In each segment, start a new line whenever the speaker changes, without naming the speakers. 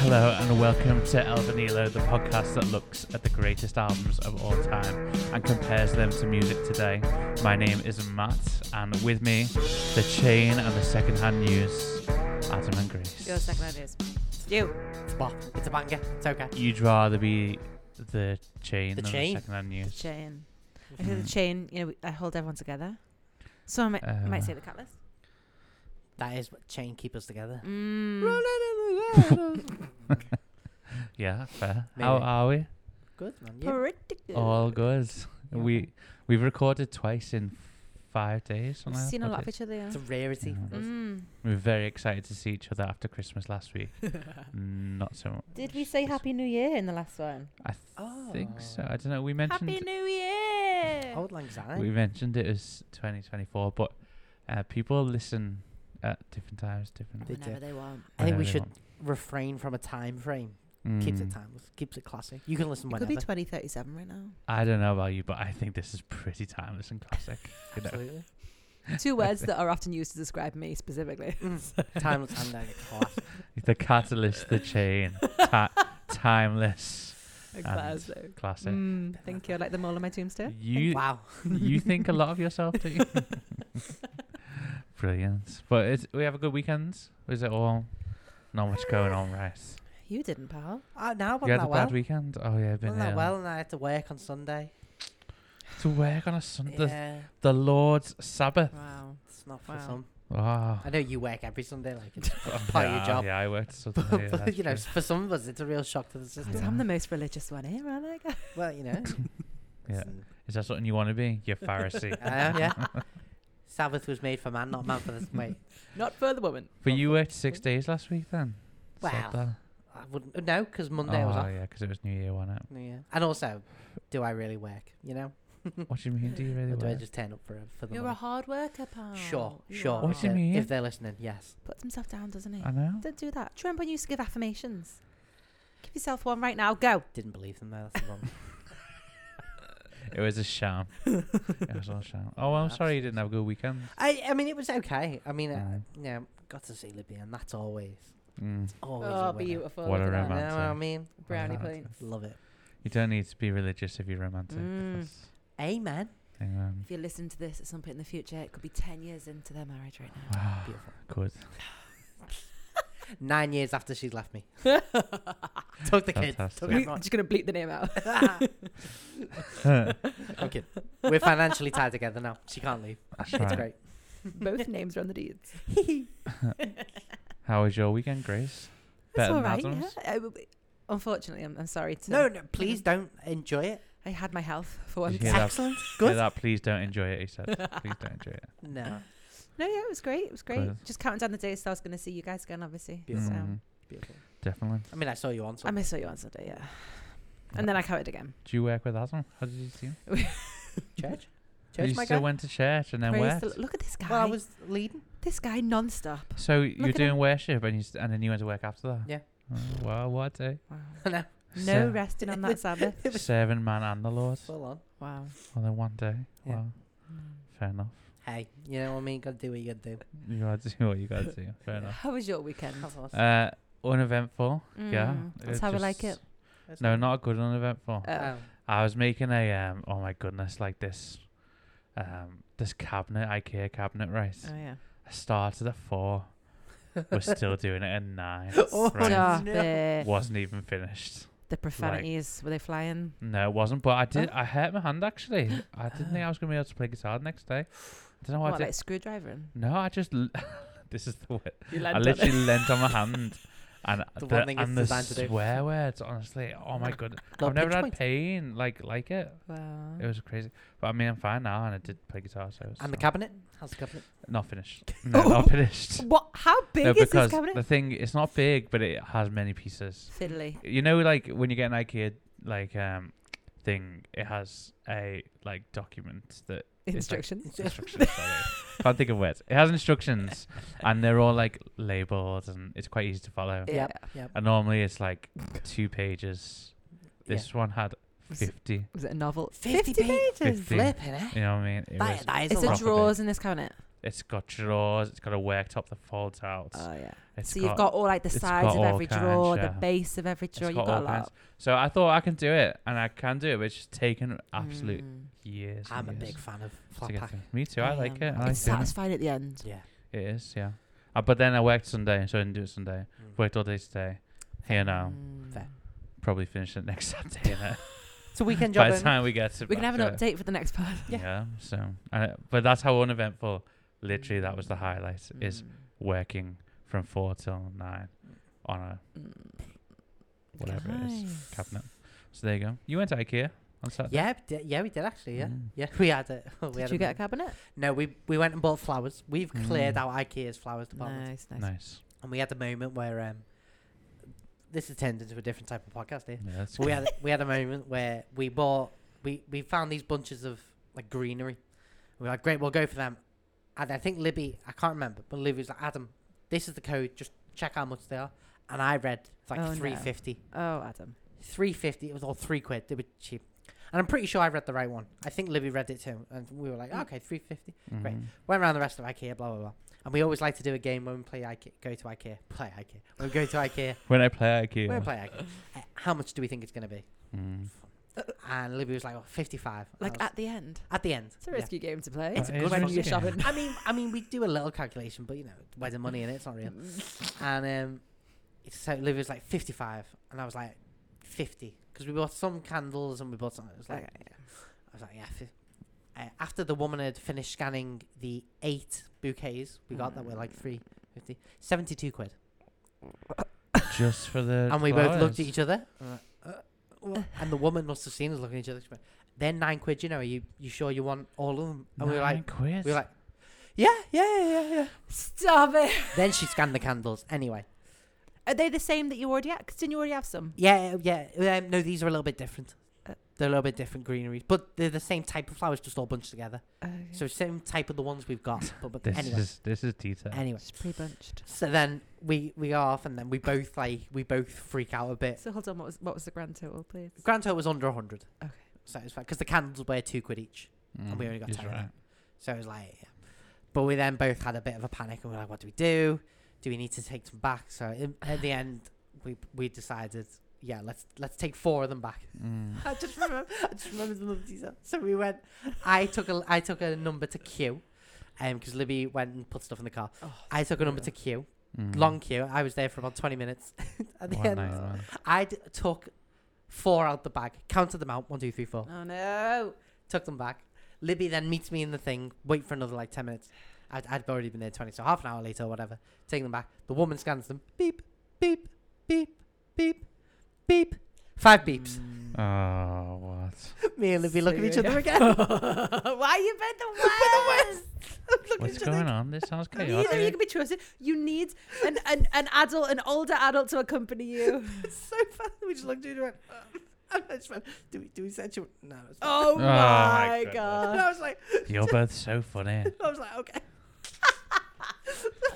Hello and welcome to El Vinilo, the podcast that looks at the greatest albums of all time and compares them to music today. My name is Matt, and with me, the chain and the secondhand news, Adam and Grace.
Your second ideas. It's you.
It's a bop. It's a banger. It's okay.
You'd rather be the chain
The
than
chain?
the secondhand news.
Chain. I feel the chain, you know, I hold everyone together. So I might, I
Uh, Um,
might say the catalyst.
That is what chain keep us together.
Mm.
Yeah, fair. How
Maybe.
are we?
Good man. You.
Pretty good.
All good.
Yeah.
We we've recorded twice in five days.
We've
something like
seen
that.
a lot of
It's-
each other. Yeah.
It's a rarity.
Yeah.
for us.
Mm.
We were very excited to see each other after Christmas last week. Not so much.
Did we say Happy New Year in the last one?
I
Oh.
think so. I don't know. We mentioned
Happy New Year!
Old Lang Syne.
we mentioned it as 2024, but uh, people listen at different times, different.
They do.
Whenever they want.
I think we
whenever they
should
want.
refrain from a time frame. Keeps it
Mm.
timeless. Keeps it classic. You can listen
It could be
whenever.
2037 right now.
I don't know about you, but I think this is pretty timeless and classic. you know.
Absolutely.
Two words that are often used to describe me specifically.
Mm. timeless and then classic.
The catalyst, the chain, ti- timeless,
Classic.
classic.
Mm, thank you. I like them all on my tombstone.
You
Wow.
you think a lot of yourself, do you? Brilliant. But it's, we have a good weekend. Is it all? Not much going on, right?
You didn't, pal.
Uh, now I'm
You had a
not well.
bad weekend. Oh yeah, I've been
Wasn't that
ill.
well, and I had to work on Sunday.
to work on a Sunday.
yeah,
The Lord's Sabbath.
Wow.
it's not for
wow.
some.
Wow.
I know you work every Sunday, like it's
Oh,
part of your
yeah,
job.
Yeah, I worked Sunday.
but,
yeah,
but,
that's
you know,
true.
for some of us, it's a real shock to the system.
So I'm the most religious one here, aren't I? guys?
Well, you know.
Yeah.
listen,
Is that something you want to be? You're Pharisee.
I am, Uh, yeah. Sabbath was made for man, not man for the wait.
Not for the woman.
but you worked six days last week then? Said
Well,
that.
I wouldn't no, because Monday I was
oh,
off.
yeah, because it was New Year, wasn't it?
Yeah. And also, do I really work? You know,
What do you mean? Do you really
or do I
work?
just turn up for for the
You're a
money?
hard worker, pal.
Sure,
You
sure.
are.
What
if
do you
they're-
mean?
If they're listening, yes.
Puts himself down, doesn't he?
I know.
Don't do that. Do you remember when you used to give affirmations? Give yourself one right now. Go.
Didn't believe them though. That's the problem.
It was a sham. it was all sham. Oh, I'm sorry you didn't have a good weekend.
I I mean, it was okay. I mean, uh,
Mm.
you know, got to see Libya, and that's always
Mm.
always.
Oh,
a winner. You
beautiful.
What
look
a
at that.
know what I
romantic.
mean?
Brownie
romantic.
points.
Love it.
You don't need to be religious if you're romantic.
Mm.
That's-
Amen.
Amen.
If you listen to this at some point in the future, it could be 10 years into their marriage right now.
Wow,
Beautiful.
Ah, good.
Nine years after she's left me. Took the kids. Took
Fantastic.
We-
everyone.
I'm just going to bleep the name out.
okay. We're financially tied together now. She can't leave.
That's
It's
right.
great.
Both names are on the deeds.
How was your weekend, Grace?
That's
Better
all
than
right.
Adam's?
yeah. I will be- Unfortunately, I'm, I'm sorry to.
No, no, please don't enjoy it.
I had my health for once.
Did you hear that?
Excellent.
Hear
Good.
that? Please don't enjoy it, he said. Please don't enjoy it.
No.
No, yeah, it was great. It was great.
Good.
Just counting down the days that I was going to see you guys again, obviously.
Beautiful.
So.
Mm,
Beautiful.
definitely.
I mean, I saw you on. So
I miss you on Sunday, yeah. And then I counted again.
Do you work with Adam? How did you see him?
church.
you
Church, my
still
guy.
went to church and then
Praise
worked.
the Lord. Look at this guy.
Well, I was leading.
This guy non-stop.
so you were
at
doing
him.
worship and you st- and then you went to work after that.
Yeah.
Oh, wow, what a day.
Wow.
no,
No
Ser-
resting on that Sabbath.
it was
serving man and the Lord.
full on.
Wow.
Well, then one day.
Yeah.
Wow,
Mm.
fair enough.
Hey, you know what I mean? Gotta do what you gotta do.
You gotta do what you gotta do. Fair enough.
How was your weekend?
That's awesome.
Uh, uneventful. Yeah.
Mm,
It
That's how we like it. Uh,
just- Oh, No, not a good uneventful.
Oh.
I was making a um oh my goodness like this um this cabinet IKEA cabinet right.
Oh yeah.
I started at four. We're still doing it at nine.
Oh,
right.
Stop
No.
it.
Wasn't even finished.
The profanities were they flying?
No, it wasn't. But I did.
Oh.
I hurt my hand actually. I didn't think I was gonna be able to play guitar the next day. I don't know why. I
what
did.
like screwdriver? in?
No, I just. L- this is the way.
You
I literally leant on my hand. And the,
The one thing it's
and the
designed to do.
swear words, honestly, oh my god,
Not
I've never
pinch
had
point.
pain like like it.
Wow.
It was crazy, but I mean, I'm fine now, and I did play guitar, so it's
And the
fine.
cabinet? How's the cabinet?
Not finished. No, not finished.
What? How big
no,
is this
because
cabinet?
the thing it's not big, but it has many pieces.
Fiddly.
You know, like when you get an IKEA like um thing, it has a like document that it's like-
Instructions.
instructions. sorry. Can't think of words. It has instructions, and they're all like labeled, and it's quite easy to follow.
Yep, yep.
And normally it's like two pages. This one had
Was it-
fifty.
Was it a novel?
50 pages.
Fifty.
Flipping, eh?
You know what I mean? It
That, that is
It's
proper
a
a lot.
big.
drawers in this cabinet.
It's got drawers. It's got a worktop that folds out.
Oh yeah.
It's
so you've got all like the
it's
sides
got
of
all
every
kinds,
drawer,
yeah.
the base of every
it's
drawer. You've got a
all
lot.
kinds. So I thought I can do it, and I can do it, but it's just taken absolute
Mm.
years.
I'm a
and
big
years
fan of
to
flat
get
pack.
to- Me too. I, like
am. it's
it. I like doing it.
satisfying at the end.
Yeah.
It is, yeah. Uh, but then I worked Sunday, so I didn't do it Sunday.
Mm.
Worked all day today. Here now.
Mm.
Fair.
Probably finish it next Saturday. innit?
It's a weekend
By
job.
the
innit?
time we get to
We can
back
have an
to it.
update for the next part.
Yeah. So, uh, but that's how uneventful. Literally, that was the highlight. Is
Mm.
working from four till nine on a whatever it is cabinet. So there you go. You went to IKEA on Saturday.
Yeah, d- yeah, we did actually. Yeah,
Mm.
yeah, we had it. we had
Did you get a cabinet?
No, we we went and bought flowers. We've
Hmm.
cleared
Mm.
our IKEA's flowers department,
Nice, nice.
Nice.
and we had a moment where um, this has turned into a different type of podcast here.
Yeah, that's
But we
good.
had a- we had a moment where we bought we we found these bunches of like greenery. We were like, great, we'll go for them. And I think Libby, I can't remember, but Libby was like, Adam, this is the code. Just check how much they are. And I read it's like
Oh, no.
three fifty.
Oh, Adam.
Three fifty. It was all three quid. They were cheap. And I'm pretty sure I read the right one. I think Libby read it too, and we were like,
Mm.
okay, three fifty. great.
Mhm.
Went around the rest of IKEA, blah blah blah. And we always like to do a game when we play IKEA, go to IKEA, play IKEA. When we go to IKEA,
When I play IKEA.
when we play IKEA, uh, how much do we think it's gonna be?
Mm.
And Libby was like, oh, 55. And I
Like
was-
at the end.
at the end.
It's a
yeah.
risky game to play.
It's a good
when
risky
you're
game.
shopping.
I mean, I mean, we do a little calculation, but you know, where's the money in it? It's not real. And um, it's- so Libby was like 55, and I was like 50 because we bought some candles and we bought some. It was like,
Okay,
I was like, yeah. fi- Uh, after the woman had finished scanning the eight bouquets we got that were like
Mm.
350, 72 quid,
Just for the.
and we both looked at
flowers.
each other, and, we're like, uh, what? and the woman must have seen us looking at each other. She went, They're nine quid, you know. Are you you sure you want all of them? And we were like,
Nine quid.
We were like, yeah, yeah, yeah, yeah, yeah.
Stop it.
then she scanned the candles. Anyway,
Are they the same that you already had? Because didn't you already have some?
yeah, yeah. Um, no, these are a little bit different.
Uh,
They're a little bit different greeneries, but they're the same type of flowers, just all bunched together. So same type of the ones we've got. But, but
this
anyway,
is uh, this is detail.
anyway.
It's pre-bunched.
So then we we go off, and then we both like we both freak out a bit.
So hold on, what was what was the grand total, please?
Grand total was under hundred.
Okay.
So it's fine because the candles were two quid each.
Mm,
we only got
he's
ten of them. So it was like, yeah. but we then both had a bit of a panic and we are like, what do we do? Do we need to take some back? So in, at the end, we we decided, yeah, let's let's take four of them back.
Mm.
I just remember, I just remember the little detail. So we went. I took a I took a number to Q, um, because Libby went and put stuff in the car.
Oh.
I took a number to Q,
Mm.
long queue. I was there for about twenty minutes. at the
One
end,
night, man.
I d- took four out the bag, counted them out, one, two, three, four
Oh no.
took them back. Libby then meets me in the thing, wait for another like 10 minutes. I'd, I'd already been there 20, so half an hour later or whatever. Taking them back. The woman scans them. Beep, beep, beep, beep, beep. Five beeps.
Oh, what?
me and Libby look at each other again.
Why you been the worst? Look at
What's
each other.
going on? This sounds chaotic.
Neither of you can be trusted. You need an, an, an adult, an older adult to accompany you.
it's so funny. We just looked at each other. and went, um, I just went, do we, do we send you? No, it's fine.
Oh,
my
my
goodness.
And
god.
I was like,
You're both so funny.
I was like, okay.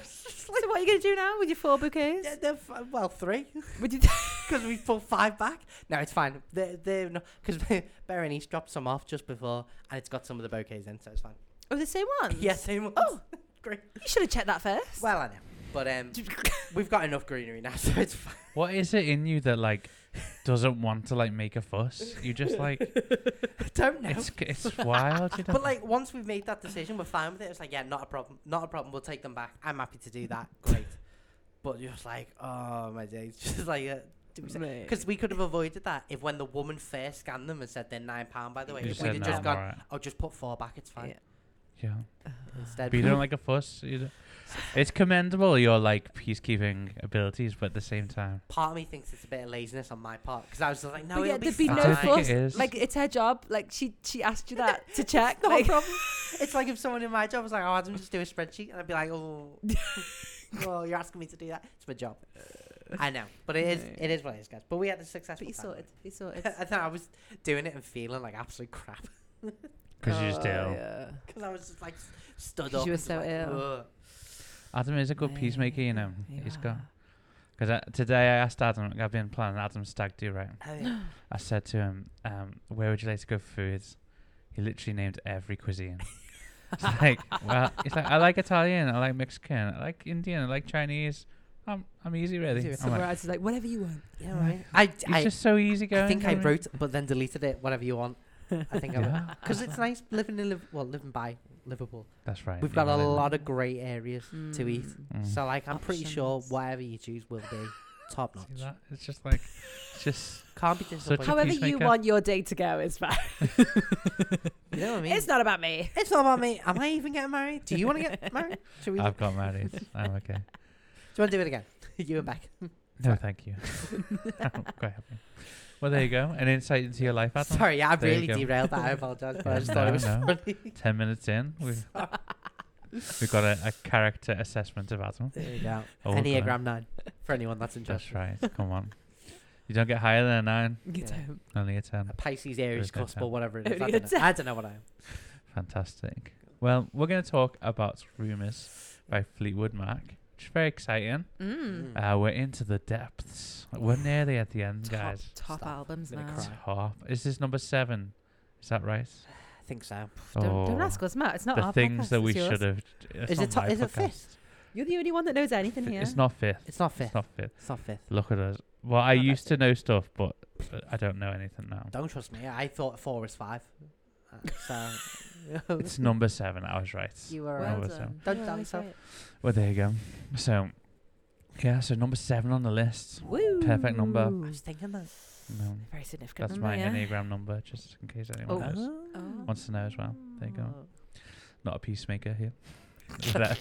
So what are you gonna do now with your four bouquets?
Yeah, they're fi- well, three.
Would you
Because we pulled five back. No, it's fine. They're, they're not. Because Baron East dropped some off just before, and it's got some of the bouquets in, so it's fine.
Oh the same one?
Yeah, same ones. Oh, great.
You should have checked that first.
Well, I know. But um, we've got enough greenery now, so it's fine.
What is it in you that like doesn't want to like make a fuss? You just like
I don't know.
it's it's wild. You
but
don't-
like once we've made that decision, we're fine with it. It's like yeah, not a problem, not a problem. We'll take them back. I'm happy to do that. Great. But just like oh my days, just like uh, do we say Because we could have avoided that if when the woman first scanned them and said they're nine pound. By the way,
you
if
just
we'd
said
have
no,
just
I'm
gone,
alright.
oh, just put four back. It's fine.
Yeah.
Yeah,
Instead,
but you don't like a fuss. You don't- It's commendable your like peacekeeping abilities, but at the same time,
part of me thinks it's a bit of laziness on my part because I was just like, no,
But yeah,
it'll
there'd
be
be
fine.
I
no
don't think
fuss.
it is.
Like it's her job. Like she she asked you that to check.
Not a
like,
problem. It's like if someone in my job was like, oh, Adam, just do a spreadsheet, and I'd be like, oh, well, you're asking me to do that. It's my job. I know, but it is, it is what it is, guys. But we had a
but
successful.
you
time.
sorted. You sorted.
I thought I was doing it and feeling like absolute crap
because you
oh,
just do.
Yeah.
because I was just like s- stood
'Cause
up.
you were
and just
so
like,
ill.
"Ugh."
Adam is a good peacemaker, you know.
Yeah, you
He's got.
are.
Because today I asked Adam, I've been planning Adam's stag do, right?
Oh, yeah.
I said to him, um, "Where would you like to go for food?" He literally named every cuisine. It's like, well, it's like I like Italian, I like Mexican, I like Indian, I like Chinese. I'm I'm easy really.
Easy.
I'm
So
like,
Whereas it's like whatever you want.
Yeah,
Like,
right. I,
it's
I,
just so easy going.
I think
you
I
know what mean?
wrote, but then deleted it. Whatever you want. I think I
Yeah.
because it's nice living in Liv- well living by Liverpool.
That's right.
We've
you
got a
know, like-
lot of great areas to eat,
Mm.
so like I'm pretty sure
Options.
whatever you choose will be top
See
notch.
that? It's just like, it's just
Can't be disappointed.
However
However
you
you
peacemaker.
want your day to go is fine.
you know what I mean?
It's not about me.
It's not about me. Am I even getting married? Do you want to get married? Should we?
I've got married. I'm okay.
do you want to do it again? you and back.
No, thank you. I'm quite happy. Well, there you go. An insight into your life, Adam.
Sorry, yeah, I
There you
really
go.
derailed that. I apologize, but I
Yeah,
just thought it was
no, no.
funny.
Ten minutes in, we've we've got a, a character assessment of Adam.
There you go.
Oh, God.
Enneagram nine for anyone that's
That's
interested.
right. Come on. You don't get higher than a nine,
You
Yeah.
don't.
only a ten.
A Pisces,
There is
Aries,
no
cusp,
time.
or whatever it is.
Only
I
a
don't, know.
ten.
I don't know what I am.
Fantastic. Well, we're going to talk about Rumours by Fleetwood Mac, which is very exciting.
Mm.
Uh, we're into the depths. We're nearly at the end, guys.
Top
Stop.
albums
Gonna
now.
cry.
Top. Is this number seven? Is that right?
I think so.
Don't, don't
Oh,
ask us, Matt. It's not
The
our
things
podcast,
that we
it's yours.
should have.
Is it top- is it fifth?
You're the only one that knows anything here.
It's not fifth.
It's not
It's
fifth.
not fifth.
It's not fifth.
Look at us. Well, I
Not that
used to know stuff, but uh, I don't know anything now.
Don't trust me. I thought four was five. Uh, so
It's number seven. I was right.
you were
Well
right.
was
Well
done. done.
done.
Don't tell yourself.
Well, there you go. So, yeah, so number seven on the list.
Woo.
Perfect number.
I was thinking that.
No,
Very significant.
that's
number,
my
yeah.
Enneagram number, just in case anyone knows.
Oh.
wants to know as well. There you go. Not a peacemaker here. Is that-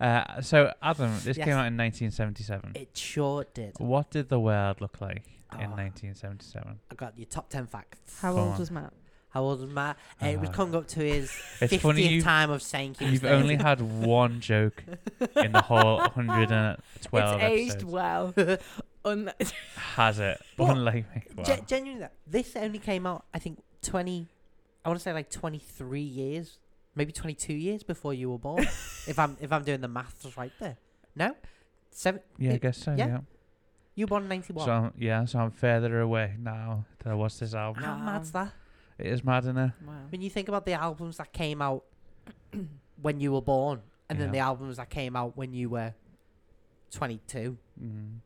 uh, so, Adam, this
Yes.
came out in 1977.
It sure did.
what did the world look like in
Oh.
1977?
I got your top ten facts.
How
Go
old
on.
was Matt?
How old was Matt? Uh, it was
Uh,
coming up to his
It's funny
50th
you,
time of saying he was
you've
there.
only had one joke in the whole 112
It's aged
episodes.
well. Un-
Has it?
But-
Unlike me. Wow.
Gen- genuinely, though, this only came out, I think, 20, I want to say like 23 years, maybe 22 years before you were born. if I'm if I'm doing the maths right there. No? Seven,
yeah, I
it-
guess so.
yeah.
yeah.
you were born in 91.
So I'm, yeah, so I'm further away now than I was this album.
How mad's that?
It is mad, is
wow.
When you think about the albums that came out when you were born and then
Yeah.
the albums that came out when you were 22.
Mm.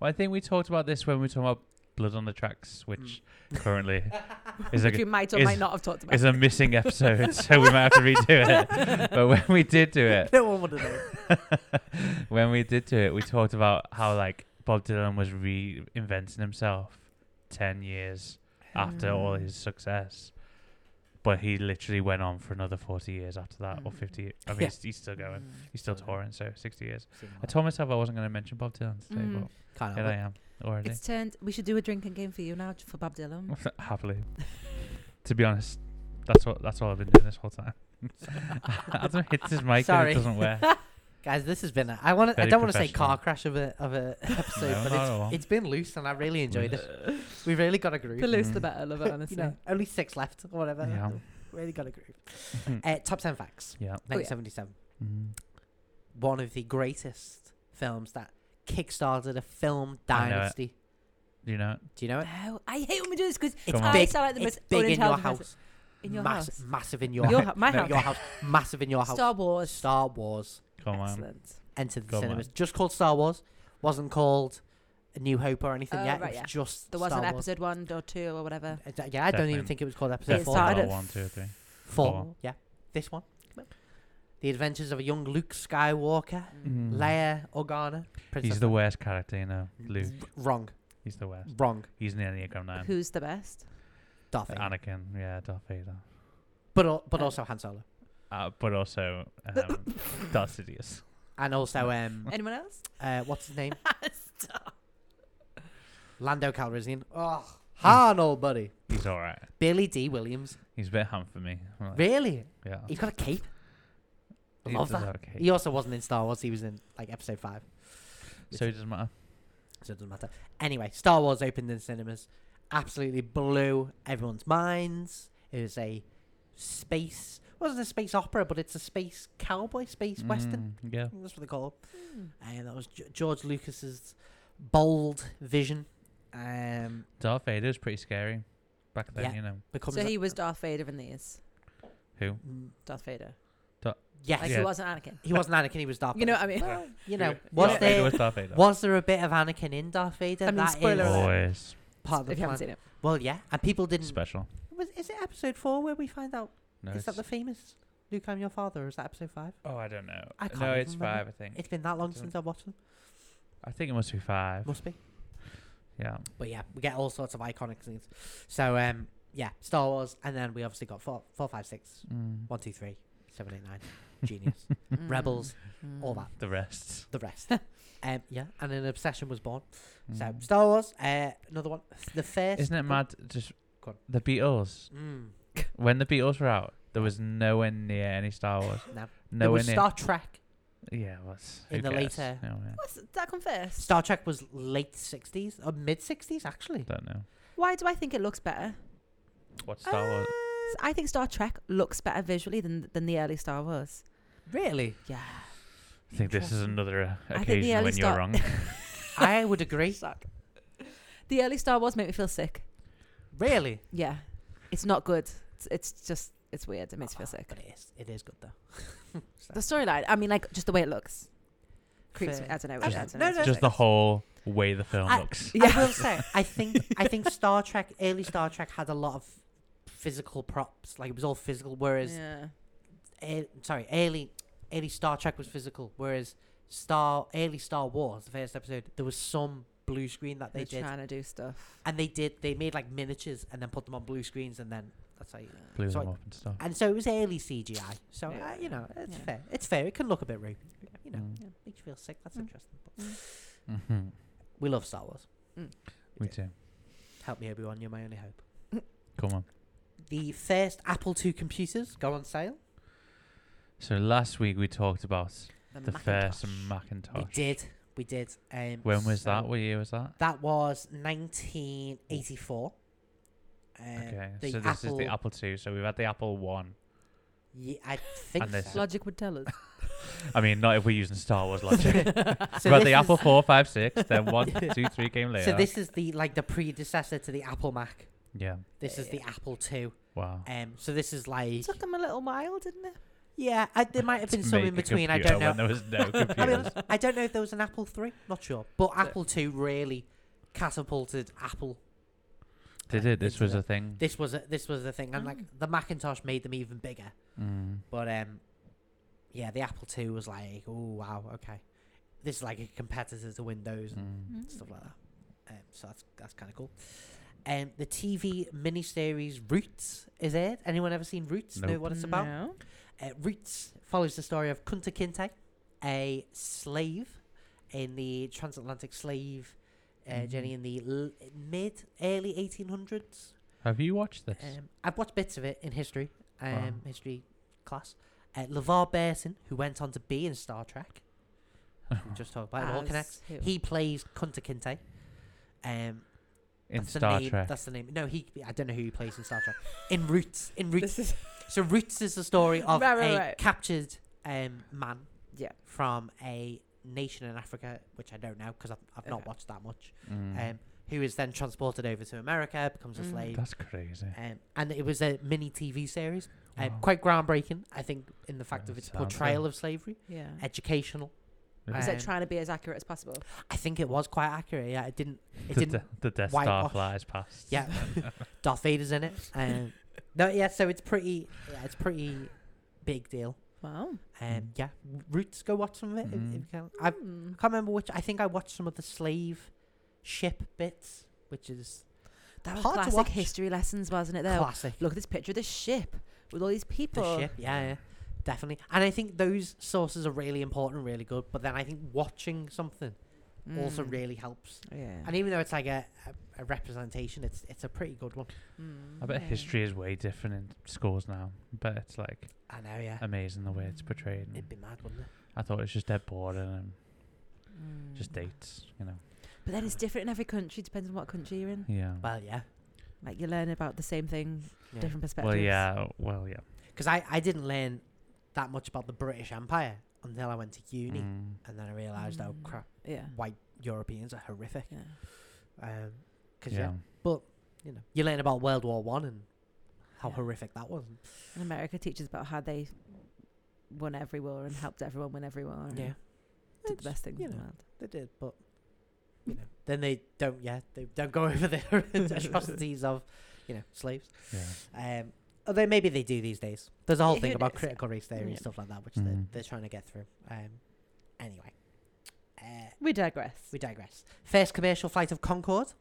Well, I think we talked about this when we were talking about Blood on the Tracks, which currently is
Which we
a,
might or
is-
might not have talked about.
is a missing episode, so we might have to redo it. But when we did do it,
No one would have known.
when we did do it, we talked about how like Bob Dylan was reinventing himself ten years after all
Mm.
his
Hmm.
success, but he literally went on for another forty years after that, or
Mm.
fifty. I mean,
Hmm. Yeah. Hmm.
he's, he's still going. He's still
Still
touring, so sixty years.
Seen
I
one.
told myself I wasn't going to mention Bob Dylan today,
Mm.
Can't
but
help
here I
it.
am already
It's turned. We should do a drinking game for you now j- for Bob Dylan.
happily. to be honest, that's what that's all I've been doing this whole time. Adam hits his mic and
Sorry.
it doesn't work.
Guys, this has been a, I want to I
Very
don't want to say
professional.
car crash of a of a episode,
No,
but
not
it's
at all.
it's been loose and I really enjoyed it. We really got a groove.
the loose, the
Mm.
better. Love
You
it,
know,
honestly.
only six left or whatever.
Yeah.
Really got a groove. uh, top ten facts.
yeah.
Oh, yeah.
1977.
Mm.
One of the greatest films that kickstarted a film
I know it.
dynasty.
Do you know? it?
Do you know it?
No, I hate when we do this because
Come on.
I
big.
sound like the
it's
most
big in your
unintelligent person.
house.
In your
Mass-
house.
Massive in your,
Your
house.
hou- my
No,
house.
your house. Massive in your house.
Star Wars.
Star Wars.
Come on.
Excellent.
Enter the
Go on.
cinemas. Just called Star Wars. Wasn't called A New Hope or anything
Oh,
yet.
right,
it was
yeah.
just
There was
Star
an
Wars.
episode one or two or whatever.
Uh, Yeah, I don't even
Definitely.
think it was called episode
It
four.
started
Well,
at
one, two, three.
Four.
Four.
Yeah. This one. The Adventures of a Young Luke Skywalker.
Mm.
Leia Organa. Princess
He's the
Leia.
worst character, you know. Luke.
R- Wrong.
He's the worst.
Wrong.
He's an Enneagram 9.
Who's the best?
Darth Vader.
Anakin, yeah, Darth Vader.
But, al- but
Uh,
also Han Solo.
Uh, but also um, Darth Sidious.
And also, um,
Anyone else?
uh, what's his name?
Stop.
Lando Calrissian. Oh, Han, old buddy.
He's alright.
Billy D. Williams.
He's a bit ham for me. I'm like,
Really?
Yeah.
He's got a cape. I
He
love
does
that.
have a cape.
He also wasn't in Star Wars. He was in, like, episode five.
So it doesn't matter.
so it doesn't matter. Anyway, Star Wars opened in cinemas, absolutely blew everyone's minds. It was a space, wasn't a space opera, but it's a space cowboy, space western.
Mm, yeah.
That's what they call it. And that was G- George Lucas's bold vision. Um,
Darth Vader was pretty scary back then,
Yeah.
you know.
becomes
So
a-
he was Darth Vader in these.
Who?
Darth Vader.
Yes.
Like
Yeah.
he wasn't Anakin.
He wasn't Anakin, he was Darth
You know
Vader.
what I mean?
Well,
You know,
Who-
was
Darth Vader
there
was Darth Vader.
was there a bit of Anakin in Darth
I
Vader?
mean,
That
spoiler
is
alert.
Always
part of the
if you haven't
plan.
seen it.
Well, yeah, and people didn't.
special.
Was, is it episode four where we find out?
No,
is that the
it's-
famous Luke? I'm your father, or is that episode five?
oh, I don't know.
I can't
no,
even
it's
remember.
five. I think.
It's been that long
doesn't-
since I watched them.
I think it must be five.
Must be.
Yeah.
But yeah, we get all sorts of iconic scenes. So um, yeah, Star Wars, and then we obviously got four, four, five, six,
Mm.
one, two, three, seven, eight, nine, genius, Mm. rebels,
Mm.
all that,
The rest.
the rest. um, yeah, and an obsession was born. So
Mm.
Star Wars, uh, another one, the first.
Isn't it
book-
mad? Just
Go on.
the Beatles.
Mm.
When the Beatles were out, there was nowhere near any Star Wars.
No. There
Nowhere
was
near.
Star Trek.
yeah. What's
in
who
the
cares?
later-
No, yeah.
What's, did that come first?
Star Trek was late sixties or mid sixties, actually.
Don't know.
Why do I think it looks better?
What Star Wars?
Uh,
S- I think Star Trek looks better visually than than the early Star Wars.
really?
Yeah.
I think this is
Ah, interesting.
another uh,
I think the
occasion
early
when you're
Star-
wrong.
I would agree.
Suck. The early Star Wars make me feel sick.
Really?
Yeah. It's not good. It's, it's just it's weird. It makes me feel sick.
But it is. It is good though. So-
The storyline. I mean, like just the way it looks creeps
Fair.
me. I don't know.
Just-
I don't
no,
know.
no,
Just the whole way the film
I-
looks.
Yeah.
I will say, I think I think Star Trek, early Star Trek, had a lot of physical props. Like it was all physical. Whereas,
Yeah.
ear- sorry, early early Star Trek was physical. Whereas Star early Star Wars, the first episode, there was some blue screen that they
They're
did,
trying to do stuff.
and they did they made like miniatures and then put them on blue screens, and then that's how you.
Blew
So
them
I-
up and stuff.
And so it was early CGI. So uh,
Yeah.
you know, it's
Yeah.
fair. It's fair. It can look a bit ropey. You know,
Mm.
Yeah.
makes you feel sick. That's
Mm.
interesting. But
Mhm.
we love Star Wars.
Me
Okay.
too.
Help me, Obi Wan. You're my only hope.
Come on.
The first Apple II computers go on sale.
So last week we talked about the
Macintosh.
first Macintosh.
We did. We did. Um,
When was
so
that? What year was that?
That was 1984. Um,
Okay,
the
so this is the Apple II. So we've had the Apple One.
Ye- I think
And this-
so.
Logic would tell us.
I mean, not if we're using Star Wars logic.
So
we've had
this
the Apple
is-
Four, Five, Six, then One, Two, Three came later.
So this is the like the predecessor to the Apple Mac.
yeah.
This is the
Yeah.
Apple II.
Wow.
Um, so this is
It
like
took them a little while, didn't it?
yeah, I, there might have
To
been some
make
in
a
between. I
computer
don't know.
When there was no
I'll be
computers.
honest, I don't know if there was an Apple III. Not sure, but Apple II really catapulted Apple.
they
uh,
did. This
into
was
the-
a thing.
This was a, this was the thing, and
Oh.
like the Macintosh made them even bigger.
Mm.
But um, yeah, the Apple II was like, oh wow, okay, this is like a competitor to Windows and
Mm.
stuff like that. Um, so that's that's kind of cool. Um, the TV miniseries Roots is aired. Anyone ever seen Roots? Know
Nope.
what it's about?
No.
Uh, Roots follows the story of Kunta Kinte, a slave in the transatlantic slave
Mm-hmm.
uh, journey in the l- mid early 1800s.
Have you watched this?
Um, I've watched bits of it in history, um,
Wow.
history class. Uh, LeVar Burton, who went on to be in Star Trek, we just talked about it all
As
connects.
who?
He plays Kunta Kinte. Um,
in
that's the
Star
name-
Trek.
That's the name. No, he. I don't know who he plays in Star Trek. In Roots. In Roots.
This is
So Roots is the story of
Right, right,
a
right.
captured um, man
Yeah.
from a nation in Africa, which I don't know because I've, I've not
Okay.
watched that much,
Mm.
um, who is then transported over to America, becomes a
Mm.
slave.
That's crazy.
Um, and it was a mini TV series, um,
Wow.
quite groundbreaking, I think, in the fact
Yeah,
of its
sounds good.
portrayal of slavery,
yeah.
educational.
Yeah.
Is that
Um,
trying to be as accurate as possible?
I think it was quite accurate. Yeah, it didn't. It
the,
didn't
de- the Death
white
Star
wash.
flies past.
Yeah, Darth Vader's in it. Um, no, yeah. So it's pretty. Yeah, it's pretty big deal.
Wow.
Um,
Mm.
yeah, Roots. Go watch some of it. if-
Mm.
If, you can. I
Hmm.
can't remember which. I think I watched some of the slave ship bits, which is
That was
hard to watch.
classic history lessons, wasn't it? Though.
classic.
Look at this picture of the ship with all these people.
the ship. Yeah, yeah, definitely. And I think those sources are really important, really good. But then I think watching something also
Mm.
really helps.
Yeah.
And even though it's like a, a, a representation, it's it's a pretty good one.
Mm,
I bet
yeah.
history is way different in schools now. But it's like
I know.
Um,
Yeah,
amazing the way it's portrayed. and
it'd be mad, wouldn't it?
I thought it was just dead boring and
Mm.
just dates, you know.
But then it's different in every country, depends on what country you're in.
Yeah.
Well, yeah.
Like you learn about the same thing,
yeah.
different perspectives.
Well, yeah. Well, yeah.
because I, I didn't learn that much about the British Empire until I went to uni,
Mm.
and then I realised, oh
Mm.
crap,
Yeah.
white Europeans are horrific. uh,
Yeah.
Um 'cause yeah. you know, you learn about World War One and how
Yeah.
horrific that was.
And America teaches about how they won every war and helped everyone win every war. and Did the best things
you
in the
know.
world.
They did, but you know, then they don't. Yeah, they don't go over the atrocities of you know slaves.
Yeah.
Um, although maybe they do these days. There's a whole
Yeah,
thing
who
about
knows, yeah.
critical race theory and
Yeah.
stuff like that, which they're,
Mhm.
they're trying to get through. Um, anyway, uh,
We digress.
we digress. First commercial flight of Concorde.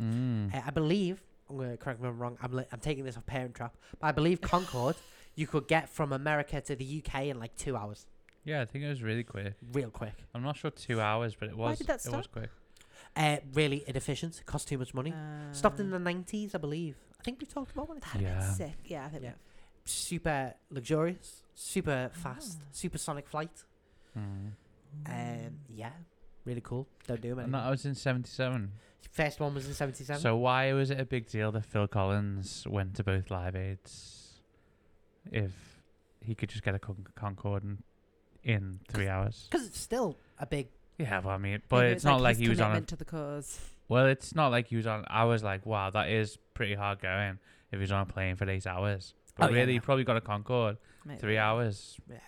Mm.
Uh, I believe I'm gonna correct me if I'm wrong. I'm li- I'm taking this off Parent Trap, but I believe Concorde you could get from America to the UK in like two hours,
Yeah, I think it was really quick.
real quick.
I'm not sure two hours, but it was.
Why did that
It was quick.
Uh, really inefficient. It cost too much money. Stopped in the
Uh,
90s, I believe. I think we talked about one of
that'd be
Yeah.
sick. Yeah, I think
Yeah. Super luxurious, super fast,
Ah.
supersonic flight.
Mm.
Um, yeah, really cool. Don't do them
And that
anymore.
was in '77.
First one was in 77.
So why was it a big deal that Phil Collins went to both Live Aids if he could just get a Con- Concorde in, in three hours?
Because it's still a big.
Yeah, well, I mean, but
Maybe
it's, not like,
his
he was on. A,
commitment to the cause.
well, it's not like he was on. I was like, wow, that is pretty hard going if he's on a plane for eight hours. But
Oh, yeah,
really, he
no.
probably got a Concorde
Maybe.
three hours.
Yeah.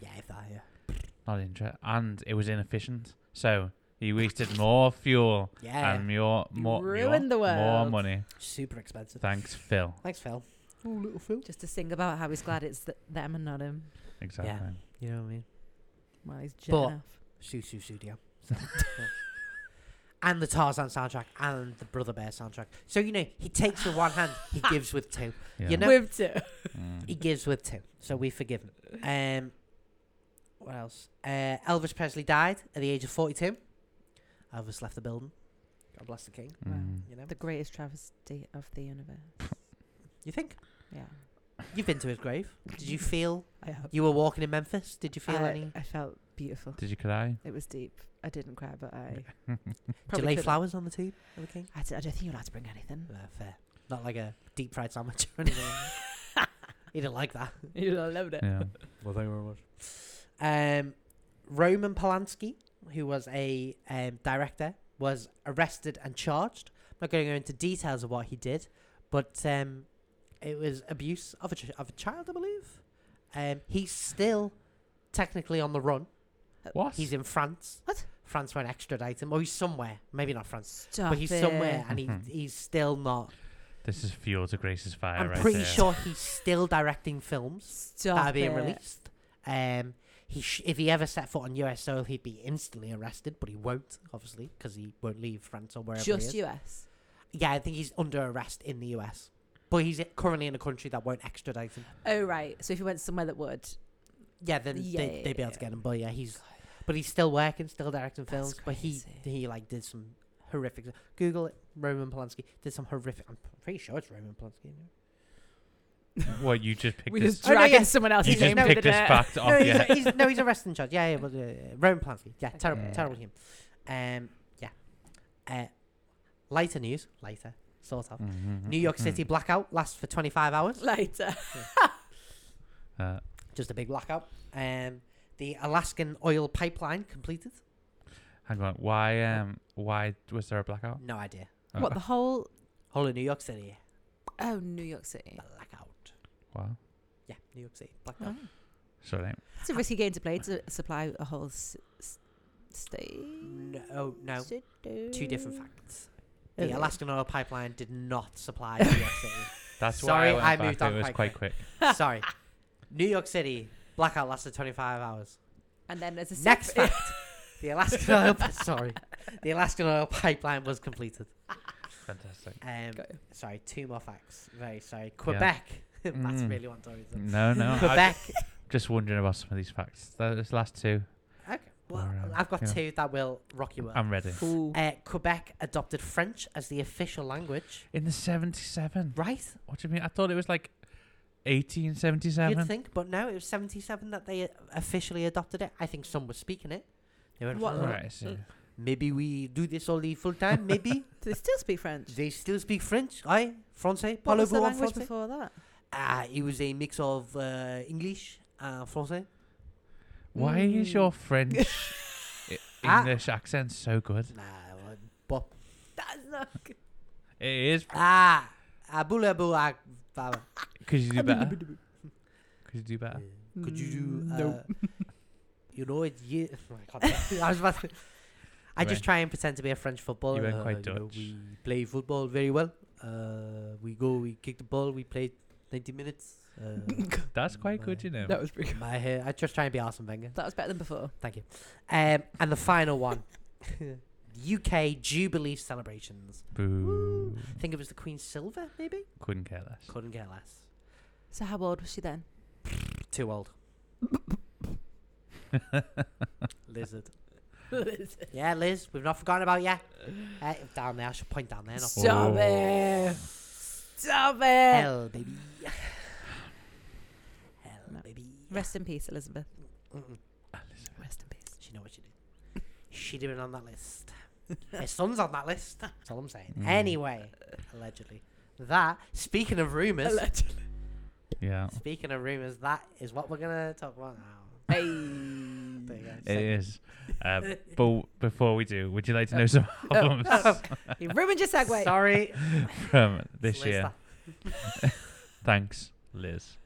Yeah, if that, yeah.
Not interest, and it was inefficient. So he wasted more fuel
Yeah,
and more,
You
more,
ruined the
more, more
world.
money.
super expensive.
Thanks, Phil.
Thanks, Phil. Oh, little Phil.
Just to sing about how he's glad it's th- them and not him.
Exactly.
You know what I mean?
Well, he's jetting
But-
off.
Sue Sue Sue Dio. and the Tarzan soundtrack and the Brother Bear soundtrack. So, you know, he takes with one hand, he gives with two.
Yeah.
You know-
With two.
Mm.
He gives with two, so we forgive him. Um, what else? Uh, Elvis Presley died at the age of 42. Elvis left the building. God bless the king.
Wow.
Mm.
You know,
The greatest travesty of the universe.
you think
Yeah.
you've been to his grave? Did you feel
I hope.
you were walking in Memphis? Did you feel
I,
any?
I felt beautiful.
Did you cry?
It was deep. I didn't cry, but I.
Did you lay
could've.
flowers on the tomb of the king?
I, d- I don't think you're allowed to bring anything.
No, Uh, fair. Not like a deep fried sandwich or anything. he didn't like that.
You'd have
Uh,
loved it.
Yeah.
Well, thank you very much. Um, Roman Polanski, who was a um, director, was arrested and charged. I'm not going to go into details of what he did, but um, it was abuse of a, ch- of a child, I believe. Um, he's still technically on the run.
What?
He's in France.
What?
France won't extradite him. Or he's somewhere. Maybe not France.
Stop
but he's somewhere
it.
and he,
Mhm.
he's still not.
This is fuel to Grace's fire.
I'm
right
pretty
there.
sure he's still directing films
Stop
that are being
it.
released. Um, he sh- if he ever set foot on US soil, he'd be instantly arrested, but he won't, obviously, because he won't leave France or wherever
Just
he is.
US.
Yeah, I think he's under arrest in the US, but he's currently in a country that won't extradite him.
Oh right. So if you went somewhere that would,
Yeah, then
Yeah,
they,
yeah,
they'd be
yeah.
able to get him. But yeah, he's but he's still working, still directing
That's
films. But he
crazy.
he like did some horrific. Google it, Roman Polanski did some horrific. I'm pretty sure it's Roman Polanski. isn't it?
What you just picked
we
this?
just
Oh, no,
dragging
yes.
someone else's
you just
name out of
picked
the
this
dirt.
fact
no,
off. Oh,
he's,
Yeah.
a, he's no, he's a wrestling charge. Yeah, yeah, but, uh, Roman Polanski. Yeah, terrible,
Okay.
terrible human. Um, yeah. Uh, later news, later, sort of.
Mhm,
New York
mhm,
City blackout lasts for 25 hours.
Later.
mhm. Uh,
Just a big blackout. Um, the Alaskan oil pipeline completed.
hang on. Why? Um. Why was there a blackout?
No idea.
Oh,
What the whole?
Whole of New York City
Oh, New York City. Oh.
blackout.
Wow.
Yeah, New York City blackout.
Sorry.
It's a risky game to play to supply a whole s- s- state.
No, oh, no, two different facts.
Is
The
it?
Alaskan oil pipeline did not supply New York City.
That's
Sorry,
why
I
I, went back.
moved on
It was
quite
quite quick.
Sorry. New York City blackout lasted 25 hours.
And then there's a
Next
separate-
fact. The Alaskan oil sorry. The Alaskan oil pipeline was completed.
Fantastic.
Um,
Go.
sorry, two more facts. Very sorry. Quebec. That's
Mm.
really one sorry.
No, no. I'm
Quebec.
just wondering about some of these facts. Tho- Those last two.
okay. Well,
Alright,
I've got
yeah.
two that will rock you up.
I'm ready.
Ooh.
Uh, Quebec adopted French as the official language.
In the 77.
Right?
What do you mean? I thought it was like 1877.
You'd think, but no, it was 77 that they uh, officially adopted it. I think some were speaking it. They went,
What-
"Hmm,
Right, I see.
maybe we do this only full time, maybe.
Do they still speak French?
They still speak French, aye? Francais?
What was the
Parlez-vous en
language
français?
before that?
Ah, it was a mix of uh, English uh, and Francais.
Why is
Mm.
your French I-
Hmm. Ah.
English accent so good?
Nah, but
That's not good.
It is.
ah, ah, boule à boule, ah, That one.
Could you do better? Could you do better?
Yeah. Could you do?
Mm,
Uh,
nope.
You know it. Yeah. I, can't- I was about to. I
You
just
went-
try and pretend to be a French footballer.
went
uh,
quite
you know,
Dutch.
we play football very well. Uh, we go, we kick the ball, we play 90 minutes. Uh,
That's quite good, you know.
That was pretty
my hair. I just try and be Arsene Wenger.
That was better than before.
Thank you. Um, and the final one, UK Jubilee celebrations.
Boo.
I think it was the Queen Silver, maybe.
Couldn't care less.
Couldn't care less.
So how old was she then?
Too old. Lizard.
good.
Yeah, Liz, we've not forgotten about you. Uh, down there, I should point down there. Not
Stop
Oh.
it.
Stop it!
Hell, baby. Hell,
No.
baby.
Rest in peace, Elizabeth.
Mm-mm.
Rest in peace.
She know what she did. She did it on that list. Her son's on that list. That's all I'm saying.
Mm.
Anyway, allegedly. That, speaking of rumours,
Yeah.
speaking of rumours, that is what we're going to talk about now.
Hey.
There you go.
It is. Um, but before we do, would you
Uh,
like to know some
oh,
albums
You ruined your segue.
Sorry.
from this
Liz,
year?
that-
Thanks, Liz.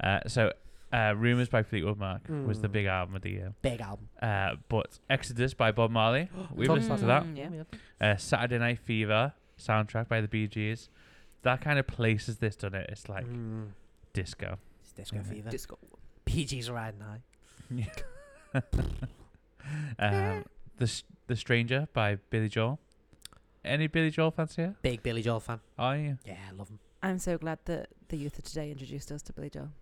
Uh, so, uh, Rumours by Fleetwood Mac was the
Mm.
big album of the year.
Big album.
Uh, but Exodus by Bob Marley, we
Tom-
listened to that.
Mm, yeah.
Uh, Saturday Night Fever soundtrack by the Bee Gees. That kind of places this, doesn't it? It's like Mm.
Mm.
disco.
It's disco
Yeah.
fever.
Disco.
PG's riding high.
um, the S- The Stranger by Billy Joel. Any Billy Joel fans here?
Big Billy Joel fan.
Are you?
Yeah, I love him.
I'm so glad that the youth of today introduced us to Billy Joel.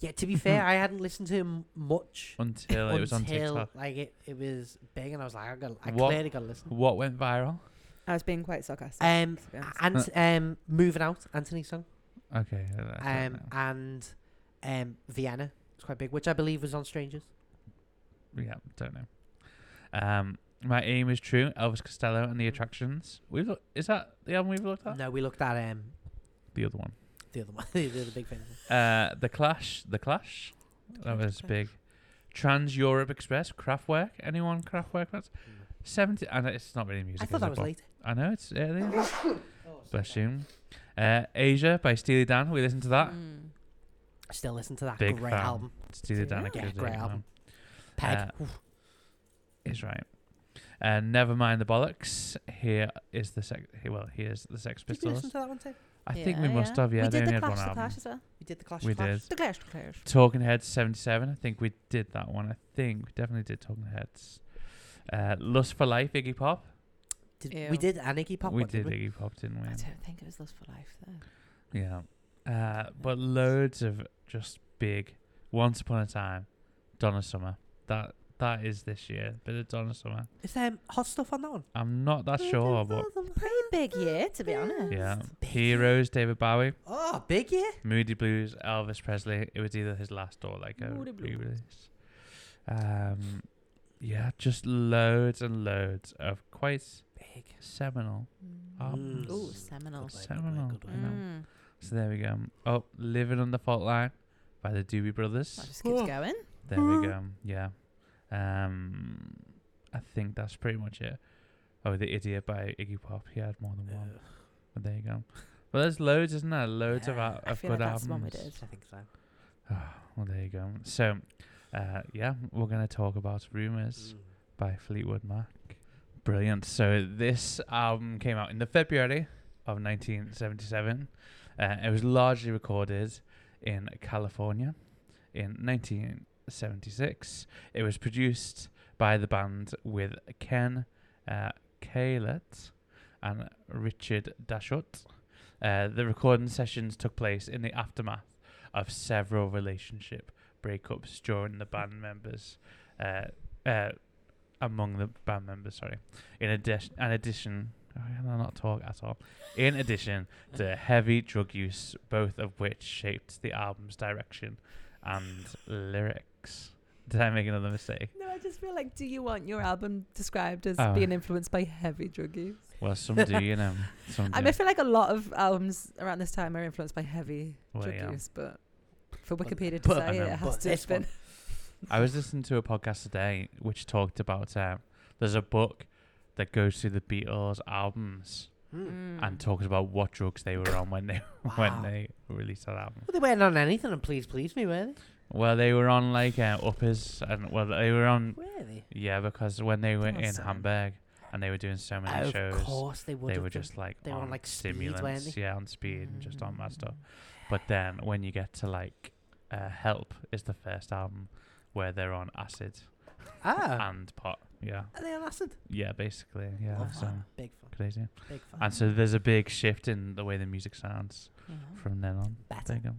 Yeah, to be fair, I hadn't listened to him much
Until it was on TikTok.
like it, it was big, and I was like, I, got, I
What-
clearly got to listen.
What went viral?
I was being quite sarcastic.
Um,
to be honest.
and um, moving out, Anthony's song,
Okay. I don't
um,
know.
and um, Vienna. It's quite big, which I believe was on Strangers.
yeah, don't know. Um, my aim is true. Elvis Costello and the Attractions. We've look, is that the album we've looked at?
No, we looked at um,
The other one.
the other one, the other big thing.
Uh, the Clash. The Clash. That was big. Trans Europe Express. Kraftwerk. Anyone Kraftwerk fans? Seventy. I know it's not really music.
Mm. I thought
is
that
it,
was
but-
late.
I know it's early.
Oh,
Bless you. Uh, Asia by Steely Dan. We listened to that.
Mm.
Still listen to that
Big
great
fan.
album.
Steely Dan. I
Yeah,
give it a
great
good
album.
one.
Peg.
Uh,
Oof.
Is right. Uh, never mind the bollocks. Here is the sex. Well, here's the Sex
Did you
Pistols.
listen to that one too?
I think we
Yeah,
must
yeah.
have. Yeah,
we
they
did
only
the
had
Clash,
one
the
album.
Clash as well.
We did the Clash.
We
of Clans.
did.
The Clash, the Clash.
Talking Heads 77. I think we did that one. I think we definitely did Talking Heads. Uh, Lust for Life, Iggy Pop.
Did-
Ew.
we did an Iggy Pop.
we
one,
did
didn't
Iggy Pop, didn't
I
we?
don't think it was Lust for Life though.
Yeah. Uh, but loads of just big. Once Upon a Time, Donna Summer. That that is this year. Bit of Donna Summer.
Is there um, hot stuff on that one?
I'm not that sure, but
Pretty big year, to be honest.
yeah. Heroes, David Bowie.
Oh, big year.
Moody Blues, Elvis Presley. It was either his last or like a
Moody Blues.
re-release. Um, yeah, just loads and loads of quite
Big.
seminal albums.
Mm.
Ooh,
Good
seminal.
Good
Um, Seminal.
Good
I know.
Mm.
So there we go. Oh, Living on the Fault Line by the Doobie
That
Brothers.
just keeps
Oh.
going.
There we go. Yeah. Um, I think that's pretty much it. Oh, The Idiot by Iggy Pop. He had more than one.
Ugh,
But there you go. Well, there's loads, isn't there? Loads of,
Yeah.
al-
I
of
feel
good
like that's
albums.
the one we did.
I think so.
Well, there you go. So, uh, yeah, we're going to talk about Rumours
Mm.
by Fleetwood Mac. Brilliant. So, this album came out in the February of 1977. Uh, it was largely recorded in California in 1976. It was produced by the band with Ken uh, Caylett and Richard Dashut. Uh, the recording sessions took place in the aftermath of several relationship breakups during the band members, uh, uh, among the band members. Sorry. In addition, an addition, I cannot talk at all. In addition to heavy drug use, both of which shaped the album's direction and lyrics. Did I make another mistake?
No, I just feel like, do you want your album described as
Ah.
Oh.
being influenced by heavy drug use?
Well, some do, you know. Some do.
I mean, I feel like a lot of albums around this time are influenced by heavy
Well,
drug
yeah.
use, but for
But-
Wikipedia to
but-
I
say it,
know,
it has
but
to have
this one-
been.
I was listening to a podcast today which talked about um, there's a book that goes through the Beatles albums
Mm.
Mm.
and talks about what drugs they were on when they
Wow.
when they released that album.
Well, they weren't on anything, and please, please me, were they?
Well, they were on like uh, uppers, and well, they were on
Were they?
yeah because when they were in
Awesome.
Hamburg and they were doing so many shows,
of course they would.
they
have
were
done.
just like
they were on, like, speed, weren't
stimulants,
they? Mm.
yeah, on speed and just on that stuff. But then when you get to like uh, Help is the first album where they're on acid
ah.
and pot, yeah,
Are they on acid?
yeah, basically, yeah,
Love
so
that. Big fan.
crazy.
Big fan.
And so there's a big shift in the way the music sounds from then on. There
Better.
you go.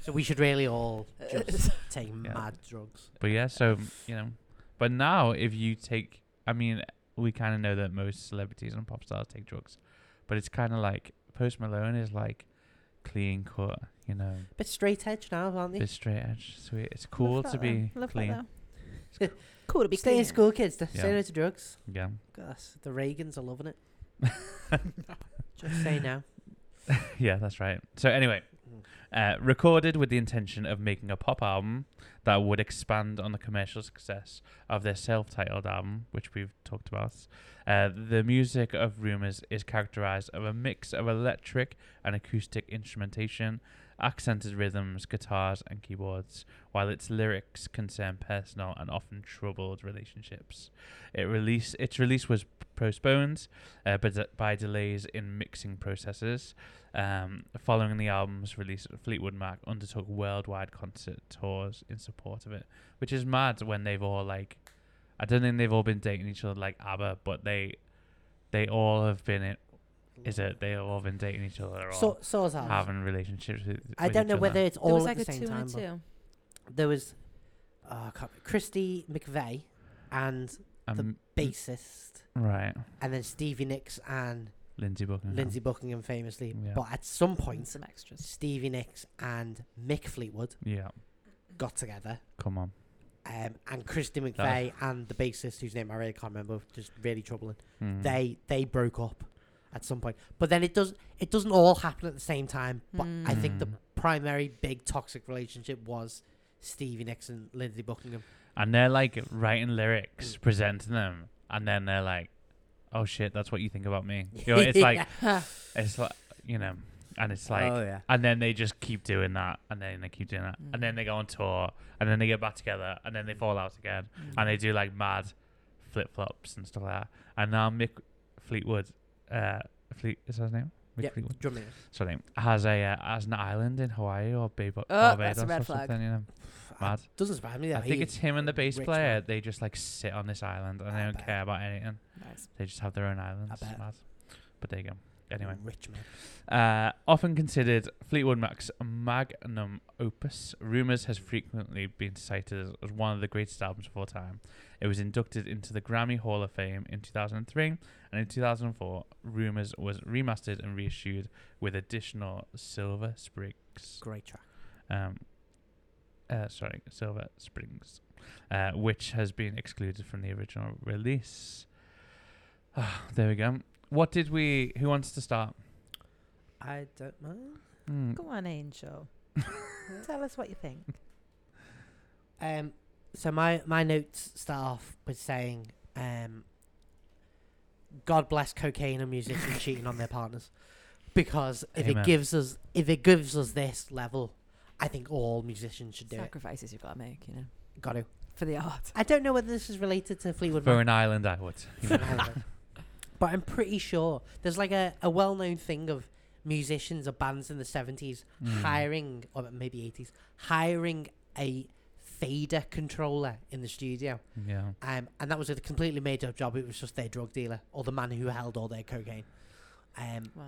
So we should really all just take mad drugs.
But yeah, so you know, but now if you take, I mean, we kind of know that most celebrities and pop stars take drugs, but it's kind of like Post Malone is like clean cut, you know,
Bit straight edge now, aren't they?
bit straight edge. So it- it's cool to be clean.
Cool to be
Stay
clean.
in school, kids. Stay
Yeah.
no to drugs.
Yeah.
Gosh, the Reagans are loving it. Just say now.
Yeah, that's right. So anyway, uh, recorded with the intention of making a pop album that would expand on the commercial success of their self-titled album, which we've talked about. Uh, the music of Rumors is characterized of a mix of electric and acoustic instrumentation, accented rhythms, guitars, and keyboards, while its lyrics concern personal and often troubled relationships. It release its release was postponed, uh, but by delays in mixing processes. Um, following the album's release, Fleetwood Mac undertook worldwide concert tours in support of it, which is mad when they've all like, I don't think they've all been dating each other like ABBA, but they, they all have been it. Is it they've all been dating each other or
So, so's ours.
having relationships with?
I
with
don't
each
know
other.
whether it's
There
all
was
at
like
the
a
same
two
time.
and a
but
two.
There was oh, I can't remember- Christy McVeigh and the
Um,
bassist,
right,
and then Stevie Nicks and
Lindsay Buckingham.
Lindsay Buckingham famously.
Mm-hmm. Yeah.
But at some point,
Some extras.
Stevie Nicks and Mick Fleetwood
Yeah,
got together,
come on.
um, and Christy McVeigh and the bassist, whose name I really can't remember, just really troubling.
Mm.
They they broke up at some point, but then it does it doesn't all happen at the same time. But I think the
Mm.
primary big toxic relationship was Stevie Nicks and Lindsay Buckingham.
and they're like writing lyrics,
Mm.
presenting them, and then they're like, "Oh shit, that's what you think about me." You know, it's like it's like you know, and
Oh,
it's like,
yeah.
and then they just keep doing that, and then they keep doing that, and
Mm.
then they go on tour, and then they get back together, and then they fall out again, and they do like mad flip flops and stuff like that. And now Mick Fleetwood, uh, Fleet is that his name? Mick
Yep.
Fleetwood.
Drumming.
Sorry, has a uh, has an island in Hawaii or Baybo-
Oh,
Barbados
that's a red
or
flag.
something. You know, mad.
Doesn't surprise me. That
I think
he
it's him and the bass
rich
player.
man.
They just like sit on this island and they
I
don't
bet.
care about anything.
Nice.
They just have their own island. It's
bet.
mad. But there you go. Anyway,
rich man.
uh, often considered Fleetwood Mac's magnum opus, Rumours has frequently been cited as- as one of the greatest albums of all time. It was inducted into the Grammy Hall of Fame in 2003, and in 2004, Rumours was remastered and reissued with additional silver sprigs
Great track.
um, uh, sorry, Silver Springs, uh, which has been excluded from the original release. Ah, there we go. What did we? Who wants to start?
I don't mind.
Hmm,
Go on, Angel. Tell us what you think.
Um, so my my notes start off with saying, um, God bless cocaine and musicians cheating on their partners, because if
Amen.
it gives us if it gives us this level, I think all musicians should do
Sacrifices you've got to make, you know,
it. Got to.
for the art.
I don't know whether this is related to Fleetwood
for
Mac,
an island, I would. you know.
but I'm pretty sure there's like a, a well known thing of musicians or bands in the seventies
Mm.
hiring or maybe eighties hiring a fader controller in the studio.
Mm. Yeah.
Um, and that was a completely made up job. It was just their drug dealer or the man who held all their cocaine. Um,
Wow.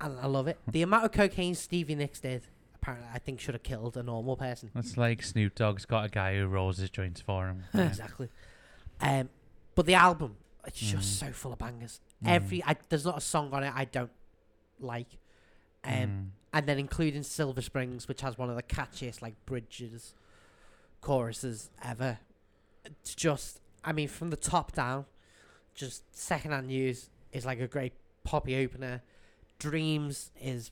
and I love it. The amount of cocaine Stevie Nicks did, apparently, I think should have killed a normal person.
It's like Snoop Dogg's got a guy who rolls his joints for him. you know.
Exactly. Um, but the album, it's just
Mm.
so full of bangers.
Mm.
Every I, there's not a song on it I don't like. Um,
Mm.
and then including Silver Springs, which has one of the catchiest like bridges, choruses ever. It's just, I mean, from the top down, just secondhand news is like a great poppy opener. Dreams is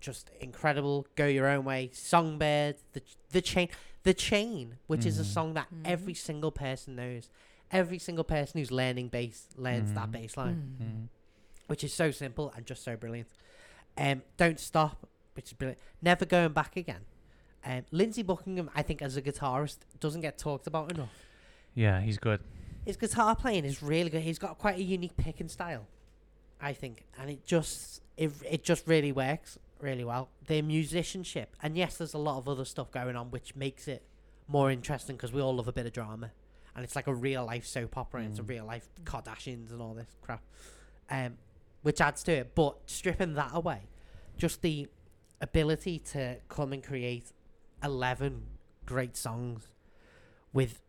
just incredible. Go your own way. Songbird, the the chain, the chain, which is a
Mhm.
song that every single person knows. Every single person who's learning bass learns that
Mhm.
Hmm.
bass line.
Mm.
which is so simple and just so brilliant. Um, Don't Stop, which is brilliant. Never Going Back Again. Um, Lindsey Buckingham, I think, as a guitarist, doesn't get talked about enough.
Yeah, he's good.
His guitar playing is really good. He's got quite a unique picking style, I think, and it just it it just really works really well. Their musicianship, and yes, there's a lot of other stuff going on, which makes it more interesting because we all love a bit of drama, and it's like a real life soap opera. and It's a
Mm.
real life Kardashians and all this crap, um, which adds to it. But stripping that away, just the ability to come and create eleven great songs with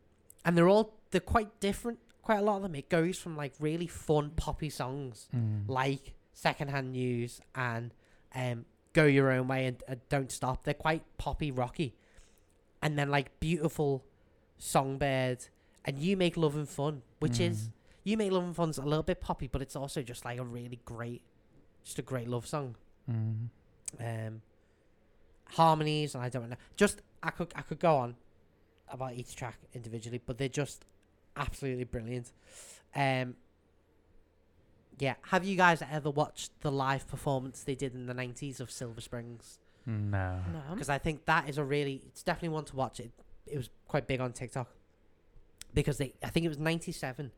and they're all they're quite different. Quite a lot of them. It goes from like really fun poppy songs
Mm.
like Secondhand News and um, Go Your Own Way and uh, Don't Stop. They're quite poppy rocky, and then like beautiful Songbird and You Make Love and Fun, which
Mm.
is You Make Love and Fun's a little bit poppy, but it's also just like a really great, just a great love song
Mm.
um, harmonies, and I don't know. Just I could I could go on about each track individually, but they're just absolutely brilliant. Um, yeah, have you guys ever watched the live performance they did in the nineties of Silver Springs?
Mm. No.
No.
because I think that is a really it's definitely one to watch. It it was quite big on TikTok because they I think it was '97,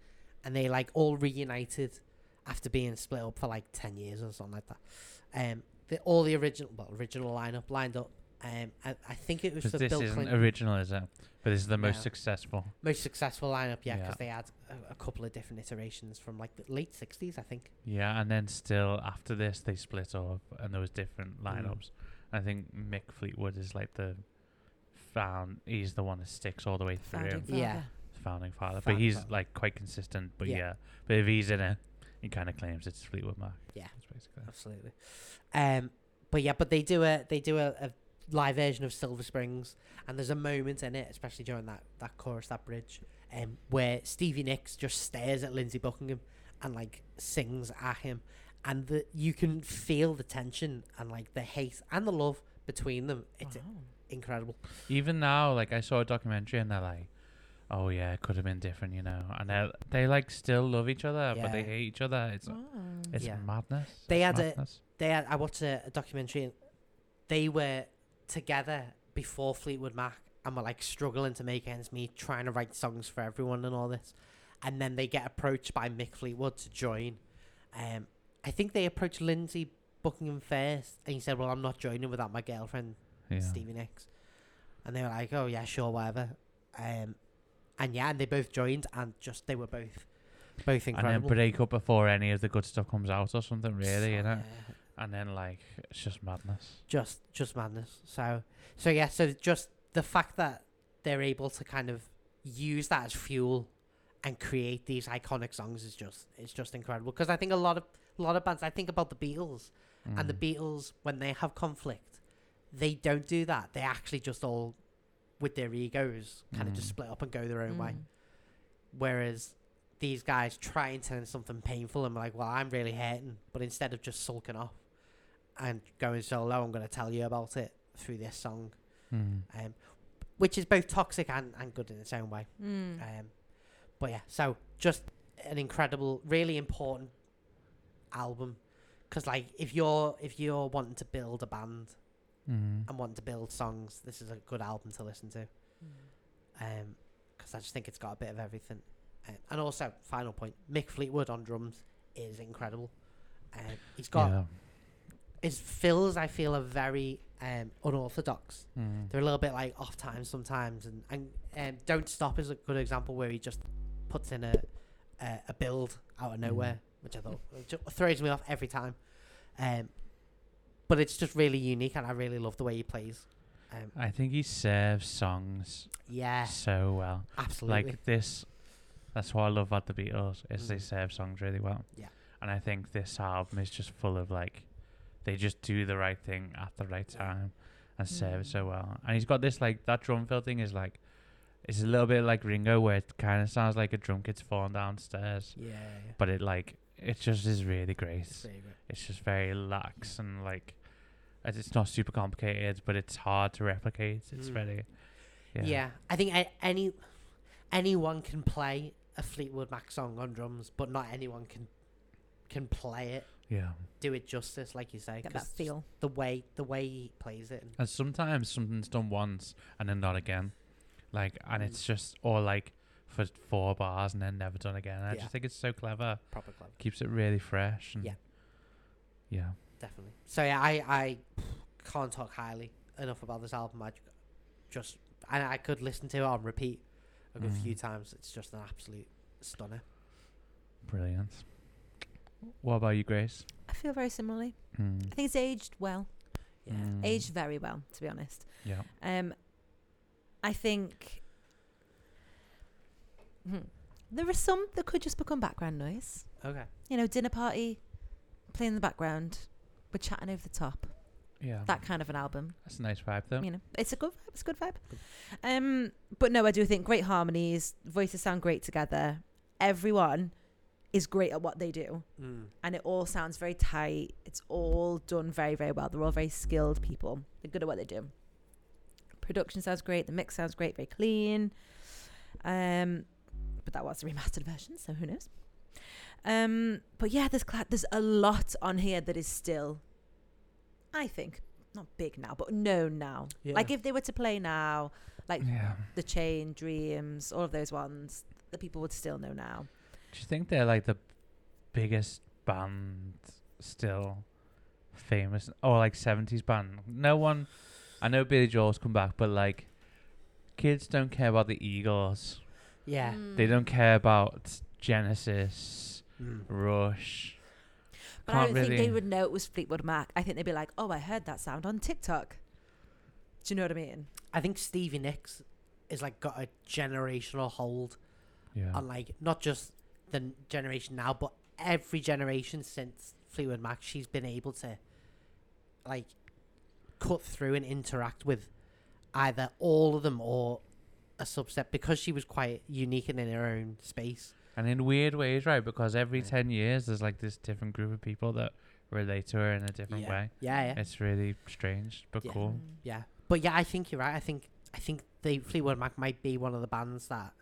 and they like all reunited after being split up for like ten years or something like that. Um, the, all the original well original lineup lined up. Um, I, I think it was
'Cause
the
this
Bill
isn't
Clinton
original, is it? But this is the most
No.
successful.
most successful lineup,
Yeah.
yeah, because they had a, a couple of different iterations from like the late '60s, I think.
Yeah, and then still after this they split up and there was
Mm.
different lineups. I think Mick Fleetwood is like the found. He's the one that sticks all the way through.
Founding
Yeah.
father.
founding father, but
Founding
he's
father.
like quite consistent. But yeah.
Yeah.
but if he's in it, he kind of claims it's Fleetwood Mac.
Yeah.
That's basically. it.
absolutely. Um, but yeah, but they do a they do a, a live version of Silver Springs, and there's a moment in it, especially during that that chorus, that bridge, um, where Stevie Nicks just stares at Lindsey Buckingham and like sings at him, and the, you can feel the tension and like the hate and the love between them. It's
Wow.
incredible.
Even now, like I saw a documentary and they're like, "Oh yeah, it could have been different," you know. And they they like still love each other, but they
Yeah. Mm.
hate each other. It's
Wow.
it's
Yeah.
madness.
They
it's
had a-
madness.
they had, I watched a, a documentary and they were together before Fleetwood Mac and were like struggling to make ends meet, trying to write songs for everyone and all this. And then they get approached by Mick Fleetwood to join. Um, I think they approached Lindsay Buckingham first, and he said, "Well, I'm not joining without my girlfriend
yeah.
Stevie Nicks," and they were like, "Oh yeah, sure, whatever." Um, and yeah, and they both joined, and just they were both, both
and then
incredible.
break up before any of the good stuff comes out or something, really, you know.
Yeah.
And then like it's just madness.
just just madness. So so yeah, so just the fact that they're able to kind of use that as fuel and create these iconic songs is just it's just incredible. Because I think a lot of a lot of bands, I think about the Beatles and the
Mm.
Beatles when they have conflict, they don't do that. They actually just all with their egos kind of just
Mm.
split up and go their own way.
Mm.
Whereas these guys try and turn something painful and be like, well, I'm really hurting. But instead of just sulking off and going solo, I'm going to tell you about it through this song,
Mm.
um, which is both toxic and, and good in its own way.
Mm.
Um, but yeah, so just an incredible, really important album. Because like, if you're if you're wanting to build a band
Mm.
and wanting to build songs, this is a good album to listen to. Um 'cause because I just think it's got a bit of everything. Um, and also, final point: Mick Fleetwood on drums is incredible. Um, he's got
Yeah.
his fills. I feel are very um, unorthodox.
Mm.
They're a little bit like off time sometimes. And and um, don't stop is a good example where he just puts in a a, a build out of
Mhm.
nowhere, which I thought which throws me off every time. Um, but it's just really unique, and I really love the way he plays. Um,
I think he serves songs
yeah,
so well.
absolutely.
Like this, that's what I love about the Beatles is they
Mm.
serve songs really well.
Yeah.
and I think this album is just full of like, they just do the right thing at the right
Yeah. Mm.
time and serve it so well. And he's got this like that drum fill thing is like, it's a little bit like Ringo where it kind of sounds like a drum kid's falling downstairs,
yeah, yeah.
but it like it just is really great.
It's very good.
It's just very lax and like. as It's not super complicated, but it's hard to replicate. It's
Mm.
very,
Yeah. I think a- any anyone can play a Fleetwood Mac song on drums, but not anyone can can play it,
Yeah.
do it justice, like you say.
Get that
'cause just
feel.
The way the way he plays it. and-
And sometimes something's done once and then not again. Like,
Mm.
and it's just, or like for four bars and then never done again. And I
Yeah.
just think it's so clever.
proper clever.
Keeps it really fresh. And
Yeah.
Yeah.
Definitely. So yeah, I I can't talk highly enough about this album. I j- just and I could listen to it on repeat a good
Mm.
few times. It's just an absolute stunner.
Brilliant. What about you, Grace?
I feel very similarly.
Mm.
I think it's aged well,
Yeah.
Mm.
aged very well, to be honest.
Yeah.
Um, I think hmm, there are some that could just become background noise.
Okay.
You know, dinner party, playing in the background, we're chatting over the top.
Yeah.
That kind of an album.
That's a nice vibe, though.
You know, it's a good vibe. It's a good vibe. Um, but no, I do think great harmonies, voices sound great together. Everyone is great at what they do,
Mm.
and it all sounds very tight. It's all done very, very well. They're all very skilled people. They're good at what they do. Production sounds great. The mix sounds great. Very clean. Um, but that was a remastered version, so who knows? Um, but yeah, there's cla- there's a lot on here that is still, I think, not big now, but known now.
Yeah.
Like if they were to play now, like
Yeah.
the chain, dreams, all of those ones, the people would still know now.
Do you think they're like the biggest band still famous or like 70s band? No one I know Billy Joel's come back but like kids don't care about the Eagles.
yeah.
They don't care about Genesis,
Mm.
Rush.
But I
Can't
don't think they
really-
would know it was Fleetwood Mac. I think they'd be like, "Oh, I heard that sound on TikTok." Do you know what I mean?
I think Stevie Nicks is like got a generational hold
Yeah.
on like not just the n- generation now, but every generation since Fleetwood Mac, she's been able to like cut through and interact with either all of them or a subset because she was quite unique and in her own space.
And in weird ways, right? Because every
Yeah.
10 years there's like this different group of people that relate to her in a different
yeah.
way.
Yeah, yeah,
It's really strange but
Yeah.
Mm.
cool.
yeah. But yeah, I think you're right. I think I think the Fleetwood Mac might be one of the bands that